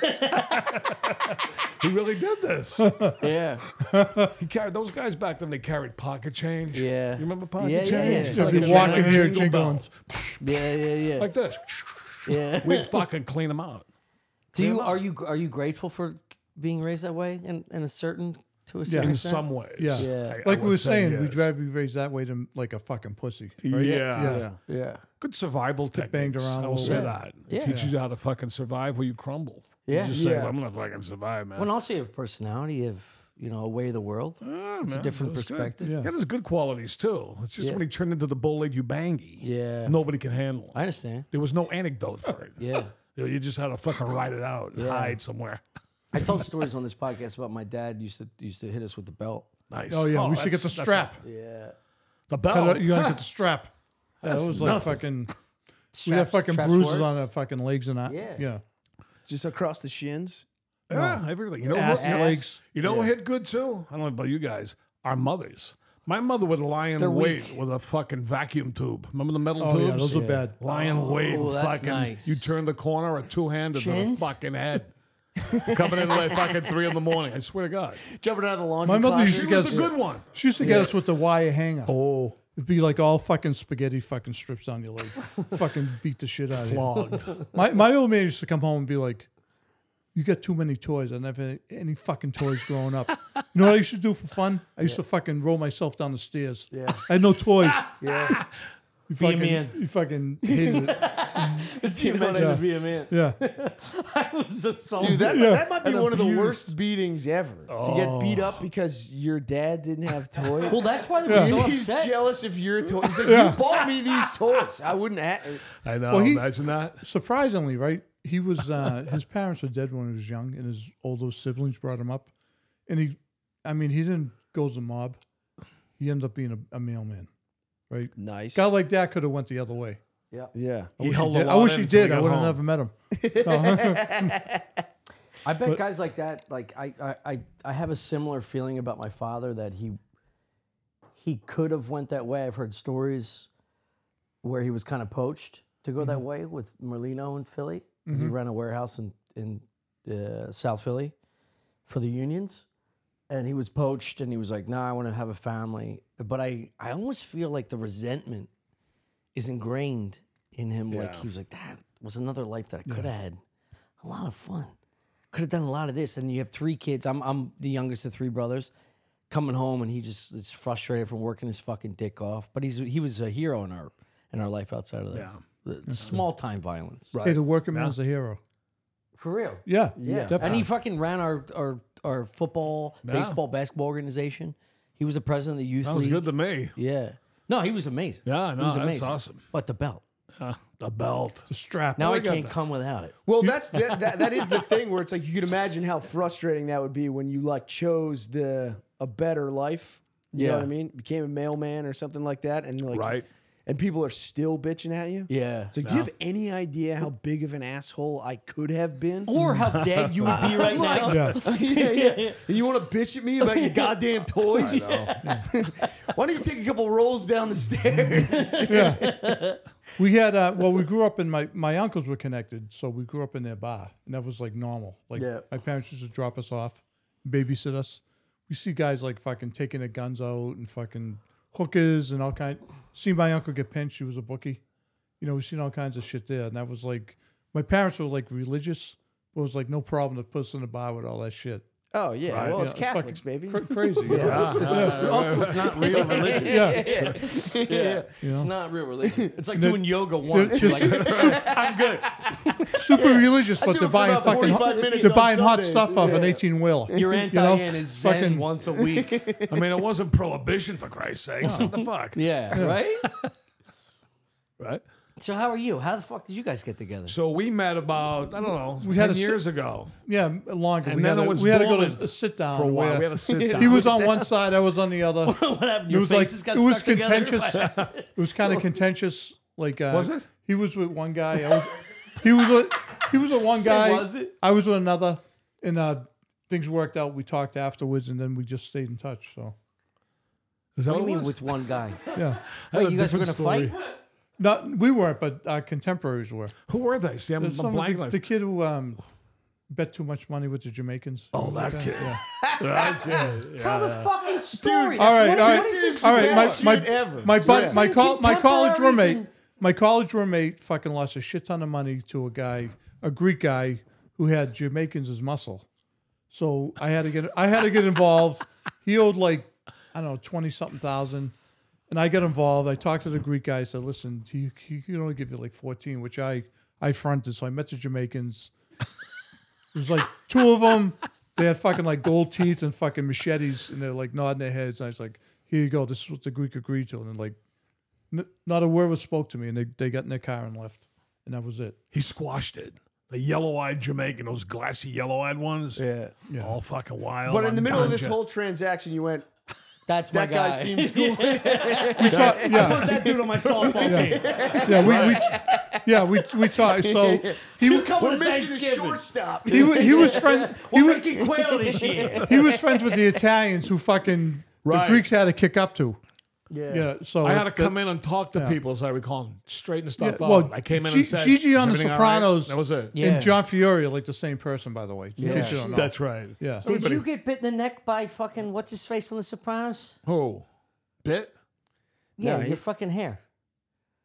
D: He really did this.
E: Yeah.
D: He carried those guys back then. They carried pocket change.
E: Yeah.
D: You remember pocket
A: Yeah, yeah,
D: change?
A: yeah. It's like
C: be
A: a
C: walking here,
D: Jingle
C: jingling.
D: bells.
E: Yeah. Yeah. Yeah.
D: like this.
E: yeah.
D: We'd fucking clean them out.
A: Do you are you are you grateful for being raised that way in, in a certain to a certain
D: In
A: extent?
D: some ways,
C: Yeah.
A: Yeah.
D: I- I
C: Like we
D: would
C: were
D: say
C: saying,
D: yes.
C: we'd rather be raised that way than like a fucking pussy.
D: Yeah.
C: right?
E: Yeah.
D: good survival techniques.
C: banged around a
D: I'll
C: little
D: say
C: bit.
D: that. It
A: Yeah.
D: teaches you how to fucking survive where you crumble.
A: Yeah.
D: you just say,
B: Yeah.
D: "Well, I'm gonna fucking survive, man.
A: When also you have personality, you have you know a way of the world. it's a different perspective.
D: yeah, there's good qualities too. It's just
A: Yeah.
D: when he turned into the bull-legged Ubangi,
A: Yeah.
D: nobody can handle.
A: I
D: Him.
A: understand.
D: There was no anecdote for it.
A: Yeah.
D: You know, you just had to fucking ride it out and
A: Yeah.
D: hide somewhere.
A: I told stories on this podcast about my dad used to used to hit us with the belt.
D: Nice.
C: Oh yeah, we should get
D: that's-
C: the
D: that's
C: strap.
A: Yeah.
D: The
C: Cut
D: belt.
C: it- You gotta get the strap. That was like fucking. We got
A: Straps-
C: fucking
A: straps
C: bruises
A: worse?
C: on our fucking legs and that.
A: Yeah.
C: Yeah.
B: Just across the shins.
D: Yeah, everything. You know,
C: Ass,
D: what, you know-
C: legs.
D: you know what hit good too? I don't know about you guys. Our mothers. My mother would lie in
A: They're
D: wait
A: weak.
D: with a fucking vacuum tube. Remember the metal
C: Oh
D: tubes?
C: yeah, those are bad.
D: Lie in wait.
A: Oh, that's
D: fucking,
A: nice.
D: You turn the corner, a two handed and a
A: Chins?
D: fucking head. Coming in at fucking three in the morning. I swear to God.
B: Jumping out of the laundry.
C: My mother used to
D: She was
C: get
D: the
C: us.
D: good one.
C: She used to get us with the wire hanger. Oh. It'd be like all fucking spaghetti fucking strips on your leg. fucking beat the shit out of you. My my old man used to come home and be like, You got too many toys. I never had any fucking toys growing up. You know what I used to do for fun? I used to fucking roll myself down the stairs. Yeah. I had no toys.
E: Yeah.
A: a
C: You fucking,
A: man.
C: You fucking hated it.
A: You know,
C: imagine
E: be a man.
C: Yeah.
A: I was assaulted.
B: Dude, that,
C: Yeah.
B: that might be
A: And
B: one of the
A: abused.
B: worst beatings ever. To get beat up because your dad didn't have toys.
A: well, that's why they were so
B: He's
A: upset.
B: jealous of your toys. He's like, you bought me these toys. I wouldn't have.
D: I know.
C: Well, he-
D: imagine that.
C: surprisingly, right? He was uh, his parents were dead when he was young, and his older siblings brought him up. And he, I mean, he didn't go to the mob. He ended up being a, a mailman, right?
B: Nice.
C: Guy like that could have went the other way.
B: Yeah.
D: He
C: Wish
D: held
C: did.
D: a
C: I
D: lot
C: wish
D: in
C: he
D: until he
C: did. I
D: got
C: would have
D: home.
C: never met him.
A: I bet guys like that, like I, I, I, I have a similar feeling about my father that he, he could have went that way. I've heard stories where he was kind of poached to go that way with Merlino in Philly. 'cause He ran a warehouse in in uh, South Philly for the unions, and he was poached, and he was like, "Nah, I want to have a family." But I, I almost feel like the resentment is ingrained in him. Like he was like, "That was another life that I could have had, a lot of fun." could have done a lot of this. And you have three kids. I'm I'm the youngest of three brothers. Coming home and he just is frustrated from working his fucking dick off. But he's he was a hero in our in our life outside of that. Small time violence.
C: Hey, the working man's a hero.
A: For real.
C: Yeah, yeah, definitely.
A: And he fucking ran our our, our football, baseball, basketball organization. He was the president of the youth
D: Sounds
A: league.
D: good to me.
A: Yeah. No, he was amazing.
D: Yeah, I
A: he was
D: know, that's
A: amazing.
D: awesome.
A: But the belt.
D: Uh, The belt.
C: The strap. Oh
A: Now I
D: got
A: can't
D: that.
A: come without it.
B: Well, that's that, that. That is the thing where it's like you can imagine how frustrating that would be when you like chose the a better life. You know
E: Yeah.
B: what I mean? Became a mailman or something like that, and like
D: Right.
B: and people are still bitching at you.
E: Yeah.
B: It's like, do you have any idea how big of an asshole I could have been?
A: Or how dead you would be right now.
C: yeah.
B: yeah, yeah. And you want to bitch at me about your goddamn toys? Why don't you take a couple rolls down the stairs?
C: We had uh, well, we grew up in my my uncles were connected, so we grew up in their bar, and that was like normal. Like
E: Yeah.
C: my parents used to drop us off, babysit us. We see guys like fucking taking their guns out and fucking hookers and all kind. See my uncle get pinched. He was a bookie. You know, we seen all kinds of shit there, and that was like my parents were like religious. But it was like no problem to put us in the bar with all that shit.
B: oh yeah,
D: Right.
B: well
C: You
B: it's
C: know, fucking
B: Catholics, baby.
C: cra- crazy. you know?
E: also, it's not real religion.
C: Yeah.
E: Yeah. It's not real religion.
A: It's like doing yoga once.
C: just-
A: You're like, I'm good.
C: super religious, but
B: do
C: they're
B: it for
C: buying
B: about
C: fucking
B: 45 minutes
C: they're
B: on
C: buying hot
B: Sundays.
C: stuff off an
B: Yeah.
C: eighteen wheeler.
A: Your aunt
C: know,
A: Diane is zen
C: fucking-
A: once a week.
D: I mean, it wasn't prohibition for Christ's sake. What the fuck?
A: Yeah, right?
D: Right.
A: So how are you? How the fuck did you guys get together?
D: So we met about I don't know
C: We had
D: ten
C: a si-
D: years ago
C: Yeah, longer.
D: And
C: we
D: then
C: had,
D: it
C: a,
D: was
C: we had to go
D: dormant
C: to a sit down
D: for a while.
C: where-
D: We had a sit down.
C: he was on one side, I was on the other.
A: what happened?
C: it
A: Your
C: was like
A: faces got
C: it was
A: stuck together?
C: contentious. it was kind of contentious. Like uh,
D: Was it?
C: He was with one guy. I was. He was with. He was with one guy.
A: was it?
C: I was with another, and uh, things worked out. We talked afterwards, and then we just stayed in touch. So
D: Is that
A: What do
D: what
A: you
D: it
A: mean with
D: was?
A: one guy?
C: yeah,
A: Wait, you guys were gonna fight?
D: different
C: not we weren't, but our contemporaries were.
D: Who were they? See, I'm, I'm
C: Some of the,
D: blanking.
C: the kid who um, bet too much money with the Jamaicans.
D: oh, that kid.
A: Tell the fucking story.
C: all right, all
B: what is this
C: right, all right.
B: best
C: My
B: shit ever?
C: my my, bud,
B: Yeah.
C: my, col- my college
A: Contemporaries
C: roommate,
A: and-
C: my college roommate, fucking lost a shit ton of money to a guy, a Greek guy who had Jamaicans as muscle. So I had to get I had to get involved. He owed like I don't know twenty something thousand, and I got involved. I talked to the Greek guy. I said, "Listen, he, he can only give you like fourteen, which I I fronted. So I met the Jamaicans. It was like two of them. They had fucking like gold teeth and fucking machetes, and they're like nodding their heads. And I was like, "Here you go. This is what the Greek agreed to." And then, like, n- not a word was spoke to me, and they, they got in their car and left, and that was it.
D: He squashed it. The yellow-eyed Jamaican, those glassy yellow-eyed ones. Yeah. All fucking wild.
B: But in the
D: on
B: middle of this
D: ganja.
B: whole transaction, you went,
A: That's my
B: that guy
A: guy.
B: seems cool.
C: Talk- yeah,
A: Put that dude on my softball team.
C: yeah, we, we yeah we we talked. So he
A: You
C: w-
A: come
B: We're
A: on
B: missing a
A: Thanksgiving.
B: shortstop.
C: he, wa- he was friend he
A: We're
C: was,
A: making quail this year.
C: he was friends with the Italians who fucking
D: Right.
C: the Greeks had to kick up to. Yeah, so
D: I had to
C: the-
D: come in and talk to people, as I recall, straighten stuff
C: Yeah,
D: out.
C: well,
D: I came in
C: G-
D: and said,
C: Gigi on
D: "Is
C: The
D: everything all right?"
C: Sopranos-
D: That was it.
A: Yeah.
C: And John Fiore are like the same person, by the way. in case you don't know.
D: That's right.
C: yeah.
A: Did you get bit in the neck by fucking what's his face on The Sopranos?
D: Who? Bit?
A: Yeah,
B: No,
A: your
B: he-
A: fucking hair.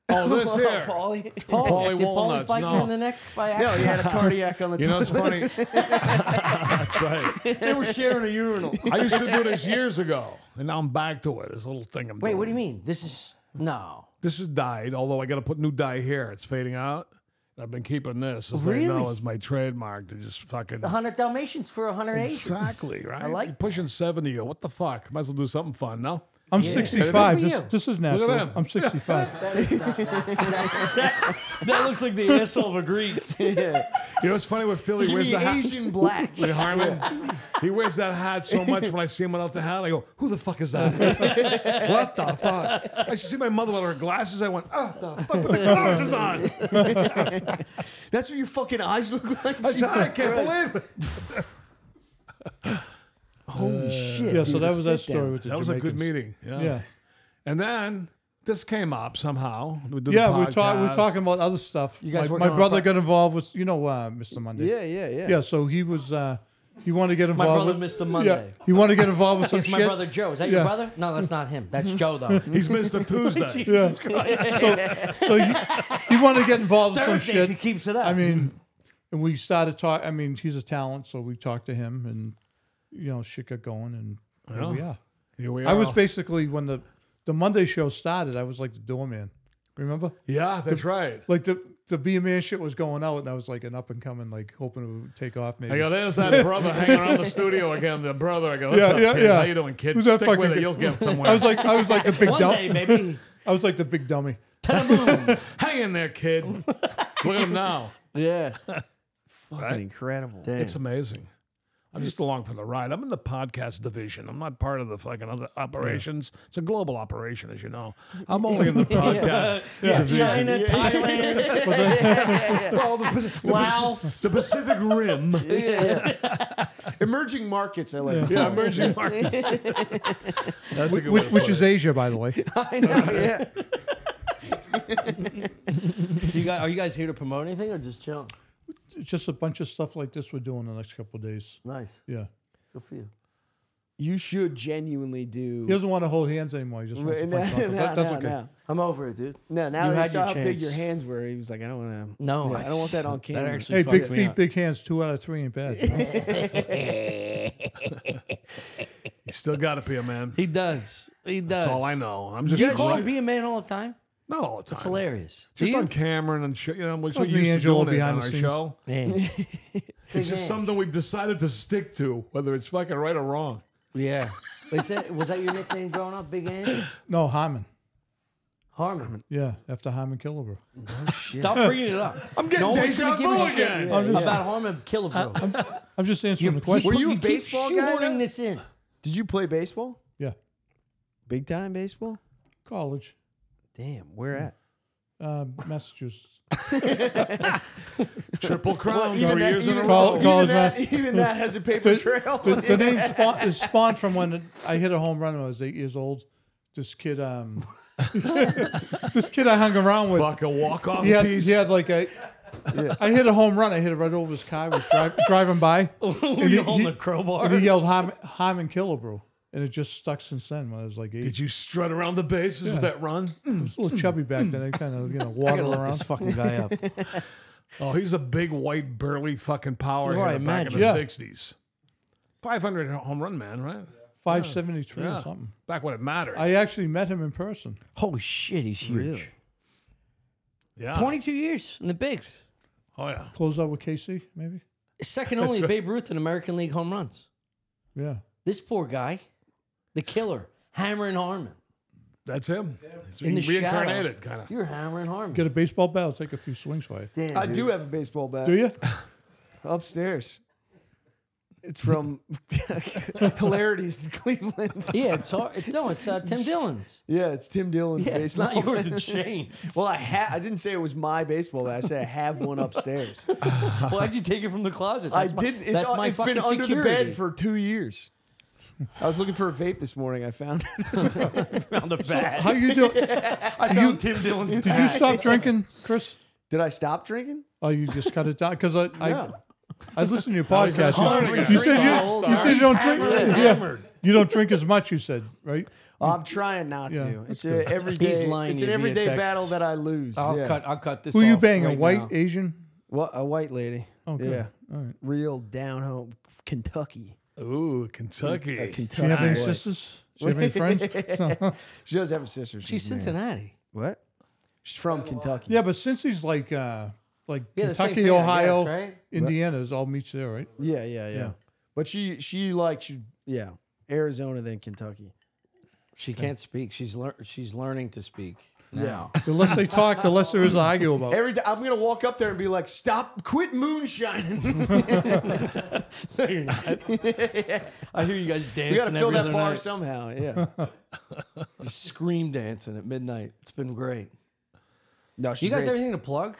D: Oh, this here.
B: Paulie.
A: Paul,
D: Paulie
A: did Paulie
D: Walnuts,
A: bite you
D: no.
A: in the neck by
B: No, he
A: accident?
B: had a cardiac on the
D: You know, it's
B: toilet.
D: funny. That's right.
A: They were sharing a urinal.
D: I used to do this years ago, and now I'm back to it. This little thing I'm
A: Wait,
D: doing.
A: what do you mean? This is no.
D: This is dyed, although I got to put new dye here. It's fading out. I've been keeping this, as
A: Really?
D: they know, as my trademark to just fucking.
A: A hundred Dalmatians for a hundred eight.
D: Exactly, right?
A: like
D: You're pushing 70. You're, what the fuck? Might as well do something fun, no?
C: I'm
A: Good
C: 65.
A: for
C: This,
A: you.
C: this is natural.
D: him.
C: I'm 65.
A: That looks like the asshole of a Greek.
D: You know what's funny with Philly?
B: Give
D: Where's
B: me
D: the hat?
B: Asian black.
D: Lee Harmon. He wears that hat so much when I see him without the hat, I go, who the fuck is that? what the fuck? I should see my mother with her glasses. I went, oh, the fuck with the glasses on.
B: That's what your fucking eyes look like.
D: I, said, I can't believe it.
B: Holy shit.
C: Yeah, so
B: dude,
C: that was that
B: sit
C: story
B: down.
C: with the
D: That was a good
C: Jamaicans.
D: meeting. Yeah.
C: Yeah.
D: And then this came up somehow. We did a
C: Yeah, we're, talk, we're
D: podcast.
C: talking about other stuff. You
A: guys
C: my,
A: working
C: my
A: on a
C: brother
A: pro-
C: got involved with, you know, uh, Mr. Monday.
B: Yeah, yeah, yeah.
C: Yeah, so he was, uh, he wanted to get
A: My
C: involved.
A: brother
C: with,
A: missed the
C: Yeah,
A: Monday.
C: he wanted to get involved with some
A: It's
C: shit.
A: my brother Joe. Is that your
C: Yeah.
A: brother? No, that's not him. That's Joe though.
D: He's Mr. Tuesday.
C: Yeah. So, so he, he wanted to get involved with some
A: Thursday
C: shit.
A: if he keeps it up.
C: I mean, and we started talk. I mean, he's a talent, so we talked to him, and you know, shit got going, and here we are.
D: Here we are.
C: I was basically when the the Monday show started, I was like the doorman. Remember?
D: yeah, that's right.
C: Like the the be a man shit was going out, and I was like an up and coming, like hoping it would take off. Maybe.
D: I go, there's that brother hanging around the studio again. The brother, I go, what's
C: Yeah,
D: up,
C: yeah,
D: kid?
C: yeah.
D: How you doing, kid?
C: Who's that
D: Stick with
C: fucking
D: it.
C: kid?
D: You'll get somewhere.
C: I was like, I was like the big
A: One day,
C: dummy.
A: maybe.
C: I was like the big dummy.
A: Boom.
D: Hang in there, kid. Look at him now.
E: Yeah.
B: Fucking incredible.
E: Damn.
D: It's amazing. I'm just along for the ride. I'm in the podcast division. I'm not part of the fucking other operations. It's a global operation, as you know. I'm only in the podcast. division.
A: China, Thailand,
D: Well, the, Pac- the, Pac-
A: Laos.
D: the Pacific Rim.
B: Emerging markets, I like.
D: Yeah, emerging markets. That's a good
C: Which,
D: way to
C: which
D: put
C: is
D: it.
C: Asia, by the way.
B: I know, yeah.
E: You guys, are you guys here to promote anything or just chilling?
C: It's just a bunch of stuff like this we're doing the next couple of days.
E: Nice.
C: Yeah.
E: Good for you.
B: You should genuinely
C: He
B: do.
C: doesn't want to hold hands anymore. He just wants to
B: No,
C: punch
B: no,
C: knuckles. That- that's
B: no,
C: okay.
B: no.
E: I'm over it, dude.
B: No, now
A: You
B: that
A: had
B: he saw
A: your
B: how big
A: chance.
B: your hands were, he was like, I don't want to.
A: No,
B: I don't want that on camera.
A: That actually
C: Hey, big
A: fucks me
C: feet,
A: up.
C: big hands. Two out of three ain't bad.
D: You still got to be a man.
A: He does. He does.
D: That's all I know. I'm just
A: You call
D: right.
A: him being a man all the time?
D: not all the time.
A: It's hilarious. Do
D: Just
A: you?
D: on camera and shit. You know, we're so
C: Must be
D: used to
C: Angelo
D: doing it
C: behind
D: on
C: the
D: our
C: scenes.
D: show.
A: Man.
D: It's just something we've decided to stick to, whether it's fucking right or wrong.
A: Yeah.
E: Is that, was that your nickname growing up, Big Andy?
C: No, Hyman.
A: Harmon.
C: Yeah, after Hyman Killebrew.
A: Stop bringing it up.
D: I'm getting
A: no one's
D: deja
A: gonna give
D: vu
A: a shit
D: again.
C: I'm just-
A: about Harmon Killebrew.
C: I'm just answering the
A: keep-
C: question.
B: Were you a
A: keep
B: baseball guy,
A: shoehorning
B: though?
A: this in.
B: Did you play baseball?
C: Yeah.
B: Big time baseball?
C: College,
B: Damn, where at?
C: uh, Massachusetts.
D: Triple crown
B: even
D: three
B: that-
D: years in a
B: even-
C: Call-
D: row.
C: call
B: even,
C: his
B: that,
C: mask.
B: even that has a paper trail.
C: The, the, the name spawn, is spawned from when I hit a home run when I was eight years old. This kid, um, this kid I hung around with,
D: Fuck a walk off
C: he had,
D: piece.
C: he had like a. I hit a home run. I hit it right over his car. Was dri- driving by.
A: Were
C: And
A: you
C: he-
A: holding
C: he-
A: a crowbar?
C: And he yelled Hyman, Hyman Killebrew, and it just stuck since then. When I was like eight,
D: Did you strut around the bases with that run?
C: I was a little chubby back then. I kind of was gonna
A: I
C: waddle
A: gotta look this
C: around.
A: fucking guy up.
D: Oh, he's a big white burly fucking power
A: Well, I
D: hitter back in the
A: imagine.
C: Oh, Yeah.
D: sixties. Five hundred home run man, right?
C: Five seventy three
D: Yeah.
C: or something.
D: Back when it mattered.
C: I actually met him in person.
A: Holy shit, he's huge.
D: yeah.
A: 22 years in the bigs.
D: Oh yeah.
C: Close out with KC, maybe.
A: Second only to Babe Ruth in American League home runs.
C: Yeah.
A: This poor guy, the killer, hammering Harmon.
D: That's him. He's
A: In the
D: reincarnated kind of.
A: You're hammering Harmon.
C: Get a baseball bat. I'll take a few swings for you.
E: Damn,
B: I
E: dude.
B: do have a baseball bat
C: Do you?
B: upstairs. It's from Hilarities in Cleveland.
A: Yeah, it's hard. It, no, it's uh, Tim Dillon's.
B: Yeah, it's Tim Dillon's
A: Yeah, it's
B: baseball.
A: not yours. It's Shane's.
B: Well, I ha- I didn't say it was my baseball bat. I said I have one upstairs.
A: Why'd you take it from the closet?
B: I
A: That's my-
B: did. It's,
A: that's my
B: it's been
A: fucking
B: under the
A: security.
B: bed for two years. I was looking for a vape this morning. I found it.
A: found a bat.
C: How you doing?
A: I found Tim Dillon's.
C: Did you stop drinking, Chris?
B: Did I stop drinking?
C: Oh, you just cut it down because I, I,
B: No.
C: I listened to your
D: was gonna
C: podcast.
D: call
C: You-
D: it
C: You,
D: again.
C: said you, you said you don't drink. Yeah. You don't drink as much. You said right.
B: Oh, I'm trying not
C: Yeah,
B: to. It's
C: that's
B: a everyday.
A: lying
B: it's
A: to
B: an
A: you via
B: everyday
A: text.
B: battle that I lose.
A: I'll
B: yeah.
A: cut. I'll cut this.
C: Who you
A: off
C: banging?
A: right
C: a white
A: now.
C: Asian?
B: What a white lady.
C: Oh, good.
B: Yeah,
C: All right.
B: real down home Kentucky.
D: Ooh, Kentucky.
C: Do you have
B: boy.
C: any sisters? Do you have any friends? No.
B: She does have a sister.
A: She's
B: married.
A: Cincinnati.
B: What? She's from Kentucky.
C: Yeah, but since he's like, uh, like
A: Yeah, the same
C: Kentucky,
A: thing, I
C: Ohio,
A: guess, right?
C: Indiana's all meets there, right?
B: Yeah, yeah, yeah.
C: Yeah.
B: But she she like she yeah Arizona then Kentucky.
A: She can't speak. She's lear- she's learning to speak. Now.
C: The less they talk, the less there is to argue about.
B: Every time I'm gonna walk up there and be like, stop, quit moonshining.
A: no, you're not. I hear you guys dancing.
B: we gotta fill
A: every
B: that
A: other
B: bar
A: night.
B: somehow. Yeah.
A: Just scream dancing at midnight. It's been great.
B: No, she's
A: You guys have
B: great.
A: anything to plug?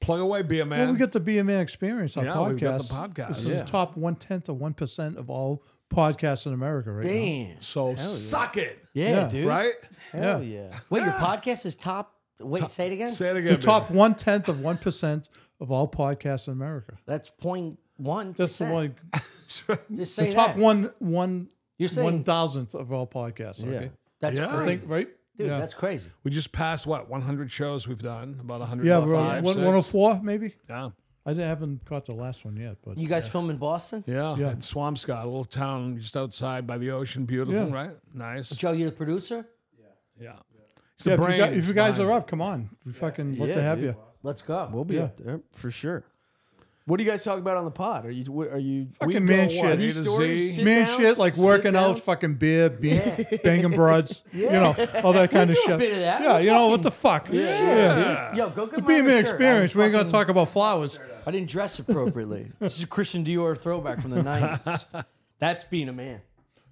D: Plug away, be a man.
C: Well, we got the BMA experience on
D: Yeah,
C: podcast.
D: we've got the podcast.
C: This is
D: Yeah.
C: the top one tenth of one percent of all podcasts in America right now.
A: Damn.
D: so suck it.
A: Yeah,
C: Yeah.
A: dude.
D: Right?
B: Hell yeah.
A: Wait, your podcast is top. Wait, say it again.
D: Say it again.
C: The top one tenth of one percent of all podcasts in America.
A: That's point one.
C: That's the one.
A: Just say
C: The top
A: that.
C: one one
A: You're
C: one
A: saying
C: thousandth of all podcasts. Okay,
A: that's
D: Yeah.
C: I
A: crazy,
C: think right.
A: dude.
C: yeah,
A: That's crazy.
D: We just passed what 100 shows we've done about 100.
C: yeah. We're on uh, one
D: six.
C: hundred four maybe.
D: Yeah.
C: I didn't- haven't caught the last one yet, but
A: You guys film in Boston?
D: Yeah,
C: Yeah.
D: in Swampscott, a little town just outside by the ocean. Beautiful,
C: Yeah.
D: right? Nice.
A: Joe, you're the producer.
D: Yeah. It's
C: yeah,
D: the
C: if, you got,
D: brains
C: if you guys
D: behind
C: are up, come on. We fucking love
B: Yeah,
C: to have
B: dude.
C: you.
A: Let's go.
B: We'll be
C: Yeah.
B: up there for sure. What do you guys talk about on the pod? Are you what- are you
C: We
D: Fucking
C: man
D: go
C: shit.
D: on.
C: A
B: These
D: to
B: stories
D: Z.
B: sit
C: man
B: downs,
C: shit like working out,
B: sit-downs?
C: fucking beer, beef, banging broads, you know, all that kind of shit.
A: a bit of that.
C: Yeah, you know what the fuck. Yeah.
A: Yo, go get
C: It's a
A: my
C: BMA
A: other
C: experience.
A: Shirt.
C: We
A: I
C: ain't gonna
A: fucking-
C: talk about flowers.
A: I didn't dress appropriately. this is a Christian Dior throwback from the '90s. That's being a man.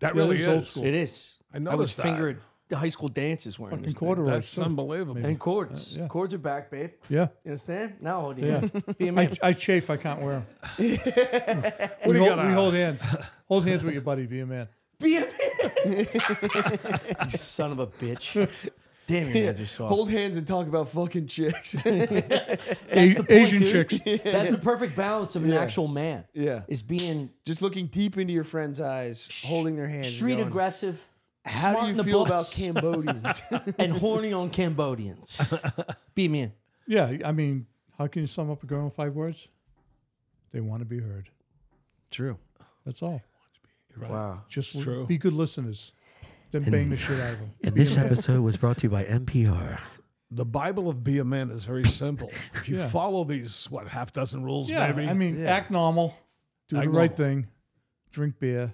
D: That really
C: this
D: is
C: is old school.
A: It is.
D: I
A: I was
D: noticed that.
A: finger at high school dances wearing this.
C: Fucking
A: thing.
C: corduroy.
D: That's unbelievable.
A: And cords.
C: yeah.
A: Cords are back, babe.
C: Yeah.
A: You understand? Now hold
C: Yeah.
A: you. Be a man.
C: I, I chafe. I can't wear them.
D: What
C: We,
D: do you
C: hold,
D: got
C: we
D: on?
C: hold hands. Hold hands with your buddy. Be a man.
A: Be a man. you son of a bitch. Damn, your hands are soft.
B: Hold hands and talk about fucking chicks.
C: A-
A: the point,
C: Asian
A: dude.
C: chicks.
A: That's the perfect balance of an actual man.
B: Yeah.
A: Is being
B: Just looking deep into your friend's eyes, holding their hands. and
A: street
B: going,
A: aggressive.
B: How
A: smart
B: do
A: in
B: you
A: the
B: feel about
A: books,
B: Cambodians?
A: and horny on Cambodians? Be a man.
C: Yeah. I mean, how can you sum up a girl in five words? They want to be heard.
B: True.
C: That's all.
A: Wow.
C: Just be good listeners. Then bang the shit out of them.
F: And this episode was brought to you by NPR.
D: The Bible of Be a Man is very simple. If you
C: Yeah.
D: follow these, what, half dozen rules,
C: Yeah.
D: maybe?
C: I mean, act normal. Do
D: Act
C: the right
D: normal.
C: thing. Drink beer.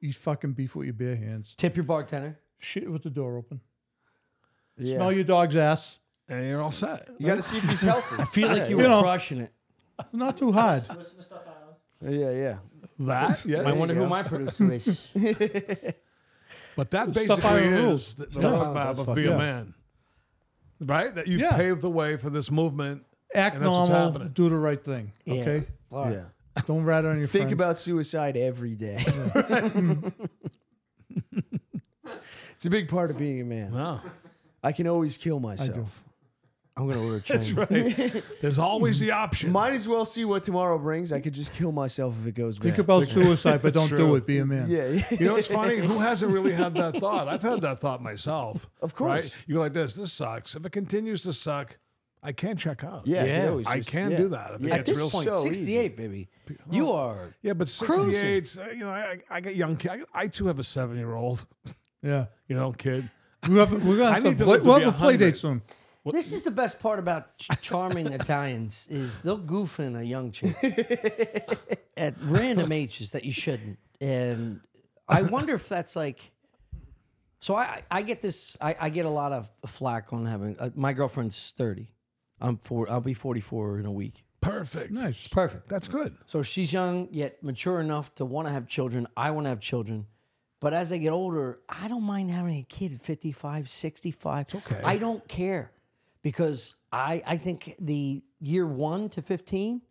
C: Eat fucking beef with your bare hands.
A: Tip your bartender.
C: Shit with the door open.
B: Yeah.
C: Smell your dog's ass.
D: and you're all set.
B: you got to see if he's healthy. I
A: Feel like you were
C: You know.
A: crushing it.
C: Not too hard.
B: Yeah, yeah.
D: That, yeah.
A: I wonder who my producer is.
D: But that
C: Stuff
D: basically
C: iron
D: is
C: rules.
D: the, the
A: Stuff iron
D: roadmap
A: does
D: of
A: fuck
D: Be
C: yeah.
D: a Man. Right? That you
C: Yeah.
D: paved the way for this movement.
C: Act
D: And that's what's
C: normal.
D: happening.
C: Do the right thing.
A: Yeah.
C: Okay.
A: All right.
B: Yeah.
C: Don't rat on your
B: Think
C: friends.
B: about suicide every day. it's a big part of being a man.
D: Wow.
B: I can always kill myself.
A: I'm gonna order a train.
D: There's always the option.
B: Might as well see what tomorrow brings. I could just kill myself if it goes
C: Think
B: bad.
C: about suicide, but don't do
D: true.
C: it. Be a man.
B: yeah, yeah.
D: You know what's funny? Who hasn't really had that thought? I've had that thought myself.
B: Of course.
D: You go like this, this sucks. If it continues to suck, I can check out.
B: Yeah,
A: Yeah.
B: it always
D: I
B: just-
D: can
B: yeah.
D: do that. If it
A: At
D: gets
A: this
D: real
A: point,
B: so easy. Oh.
A: 68, baby. You are.
D: Yeah, but
A: Cruising.
D: 68, uh, you know, I, I got young kid. I, I too have a seven year old,
C: Yeah.
D: you know, kid.
C: We have, we're gonna have,
D: need
C: to
D: to
C: play,
D: live to
C: we'll
D: be
C: have a play
D: 100.
C: date soon.
A: This is the best part about ch- charming Italians is they'll goof in a young chick at random ages that you shouldn't, and I wonder if that's like. So I I get this I, I get a lot of flack on having uh, my girlfriend's thirty, I'm four I'll be forty four in a week.
D: Perfect.
C: Nice.
A: Perfect.
D: That's good.
A: So she's young yet mature enough to want to have children. I want to have children. But as I get older, I don't mind having a kid at 55, 65. okay. I don't care because I, I think the year one to 15,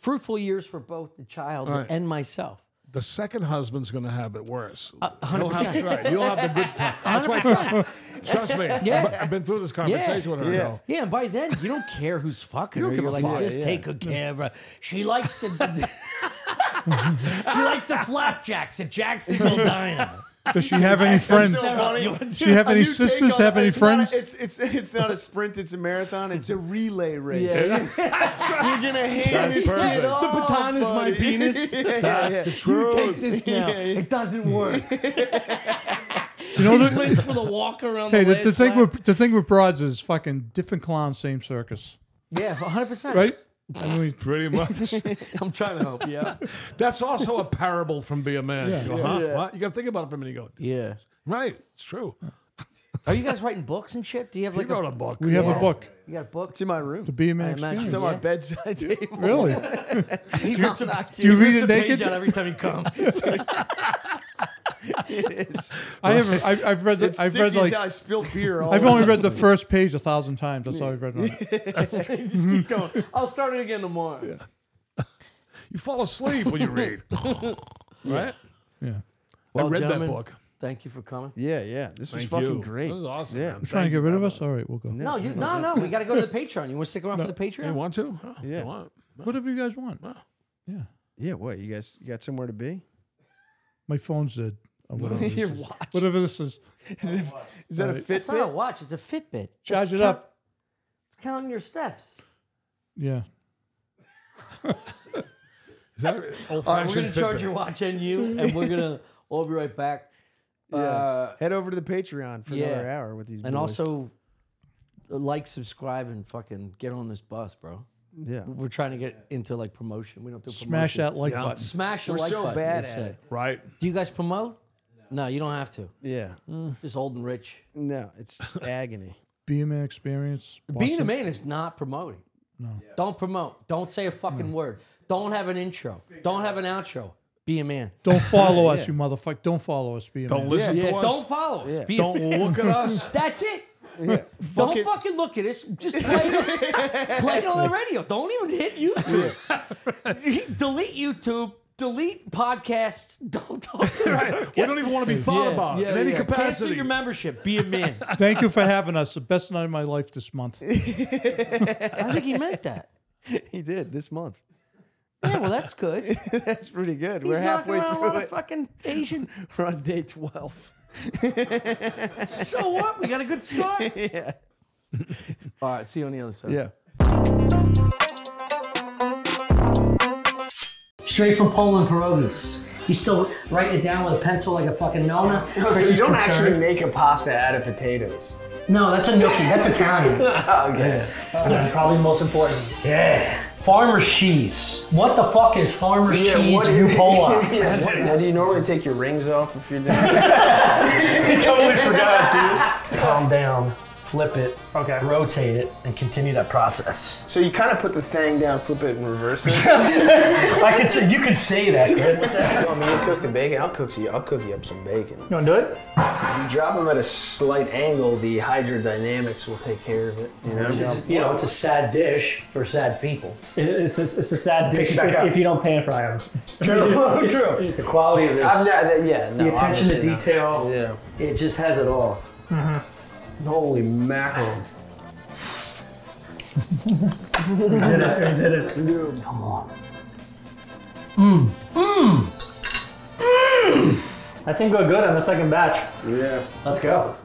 A: fruitful years for both the child and myself.
D: The second husband's going to have it worse. You'll
A: 100%.
D: have, that's right. You'll have the good part. That's why. Trust me.
A: Yeah.
D: I've been through this conversation with her.
B: Yeah.
D: now.
A: Yeah, and by then, you don't care who's fucking her.
D: give
A: You're
D: a
A: like,
D: fuck.
A: just
B: Yeah,
A: take good care of her. She likes the. she likes the flapjacks at Jacksonville Diner.
C: Does she have any friends?
B: so funny.
C: She have
B: A
C: any
B: new take
C: sisters?
B: on-
C: Have any
B: it's not a-
C: friends?
B: it's it's it's not a sprint. It's a marathon. It's a relay race. You're gonna hand
D: That's
B: this
D: perfect.
B: kid
D: The
B: off.
A: baton is my
B: buddy.
A: penis.
B: Yeah, yeah, yeah.
D: That's the truth.
A: You take this now.
B: Yeah, yeah.
A: It doesn't work.
C: You know what? it-
A: Wins with a walk around
C: Hey,
A: the
C: the,
A: last
C: the thing
A: lap.
C: with the thing with broads is fucking different clown, same circus,
A: yeah, 100. percent
C: right? I mean,
D: Pretty much.
A: I'm trying to help you out.
D: That's also a parable from Be a Man. You go, huh? What? You got to think about it for a minute. You go,
A: Yeah.
D: right. It's true.
A: Are you guys writing books and shit? Do you have
D: He
A: like
D: wrote
A: a,
D: a book.
C: we have a book,
A: you got a book?
B: It's in my room.
C: the Be a
A: I
C: Man
A: imagine
C: Experience.
B: It's on
A: Yeah.
B: my bedside table.
C: Really?
A: He rips a,
C: Do you read
A: rips
C: it
A: a page
C: naked?
A: out every time he comes.
C: I have. I've, I've read. The,
B: It's
C: I've
B: sticky
C: read
B: as
C: like.
B: hell. I spilled beer. All
C: I've
B: over
C: only
B: it.
C: read the first page a thousand times. That's all I've read on it.
A: Just keep going. I'll start it again tomorrow.
D: You fall asleep when you read. right?
C: Yeah,
A: Well,
D: I read
A: gentlemen,
D: that book.
A: Thank you for coming.
B: Yeah, yeah. This was
D: Thank
B: fucking
D: you.
B: great.
D: This is awesome.
B: Yeah.
D: man.
C: trying to
D: Thank
C: get
D: you
C: rid of
D: very
C: us. All right, we'll go.
A: No, you no no. We got to go to the Patreon. You want to stick around for the Patreon?
D: much. You want to? Oh, you
B: Yeah.
D: want.
C: Whatever you guys want. Yeah,
B: Yeah, what? You guys you got somewhere to be?
C: my phone's dead. Or whatever, this
B: Your
C: is.
B: watch.
C: whatever this is,
B: Is that a
A: It's not a
B: Fitbit?
A: watch. It's a Fitbit.
C: charge
A: it's
C: it
A: count-
C: up.
A: It's counting your steps.
C: Yeah,
D: Is that an old
A: All right, we're
D: fashioned
A: gonna charge your watch and you, and we're gonna all be right back.
B: Yeah.
A: Uh,
B: Head over to the Patreon for
A: Yeah.
B: another hour with these.
A: and
B: boys.
A: also, like, subscribe, and fucking get on this bus, bro.
B: Yeah.
A: We're trying to get into like promotion. We don't do
C: Smash
A: promotion.
C: that like
D: Yeah.
C: button.
A: Smash the
B: We're
A: like
B: so
A: button,
B: bad
A: they
B: at
A: say.
B: it.
D: Right.
A: Do you guys promote? No, you don't have to.
B: Yeah.
A: Just old and rich.
B: No, it's just agony.
C: Be a man experience.
A: Being a
C: Boston-
A: man is not promoting. No. Don't promote. Don't say a fucking word. Don't have an intro. Don't have an outro. Be a man.
C: Don't follow us, you motherfucker. Don't follow us. Be a
D: Don't
C: man.
D: listen
A: Yeah,
D: to us.
A: don't follow us.
B: Yeah.
A: Be a
D: Don't
A: man.
D: look at us.
A: That's it.
B: Yeah.
A: Don't
B: Fuck it.
A: fucking look at us. Just play it, play it on the radio. Don't even hit YouTube. delete YouTube. Delete podcasts. Don't talk to us.
D: We don't even want to be thought
A: Yeah,
D: about
A: yeah,
D: in any
A: yeah. Cancel
D: capacity.
A: your membership. Be a man.
C: Thank you for having us. The best night of my life this month.
A: I think he meant that.
B: He did this month.
A: Yeah, well, that's good. He's
B: That's pretty good. We're
A: knocking
B: halfway
A: around a
B: through
A: lot
B: it.
A: of fucking Asian.
B: We're on day 12.
A: So what? We got a good start.
B: Yeah.
A: All right, see you on the other side.
B: Yeah.
G: Straight from Poland pierogies. He's still writing it down with a pencil like a fucking Nona.
H: So you don't actually make a pasta out of potatoes.
G: No, that's a gnocchi. That's Italian.
H: okay.
G: And that's probably most important. Yeah. Farmer's cheese. What the fuck is farmer's cheese
H: what is-
G: Rucola?
H: Yeah. What, now, do you normally take your rings off if you're doing it?
G: I totally forgot, dude. Calm down. Flip it.
H: Okay.
G: Rotate it and continue that process.
H: So you kind of put the thing down, flip it, and reverse it.
G: I could say you could say that. Good. What's that?
H: I mean, you cook the bacon. I'll cook you. I'll cook you up some bacon.
G: You wanna do it?
H: You drop them at a slight angle. The hydrodynamics will take care of it. You know.
G: You know, it's a sad dish for sad people.
I: It's a, it's a sad dish
G: it back
I: if,
G: up.
I: if you don't pan fry them.
G: True. True. The quality of this.
H: I'm not, uh, yeah. No,
G: the attention to
H: obviously not.
G: detail.
H: Yeah. Mm-hmm.
G: It just has it all.
H: Holy mackerel. Mm.
I: I think we're good on the second batch.
H: Yeah.
G: Let's go.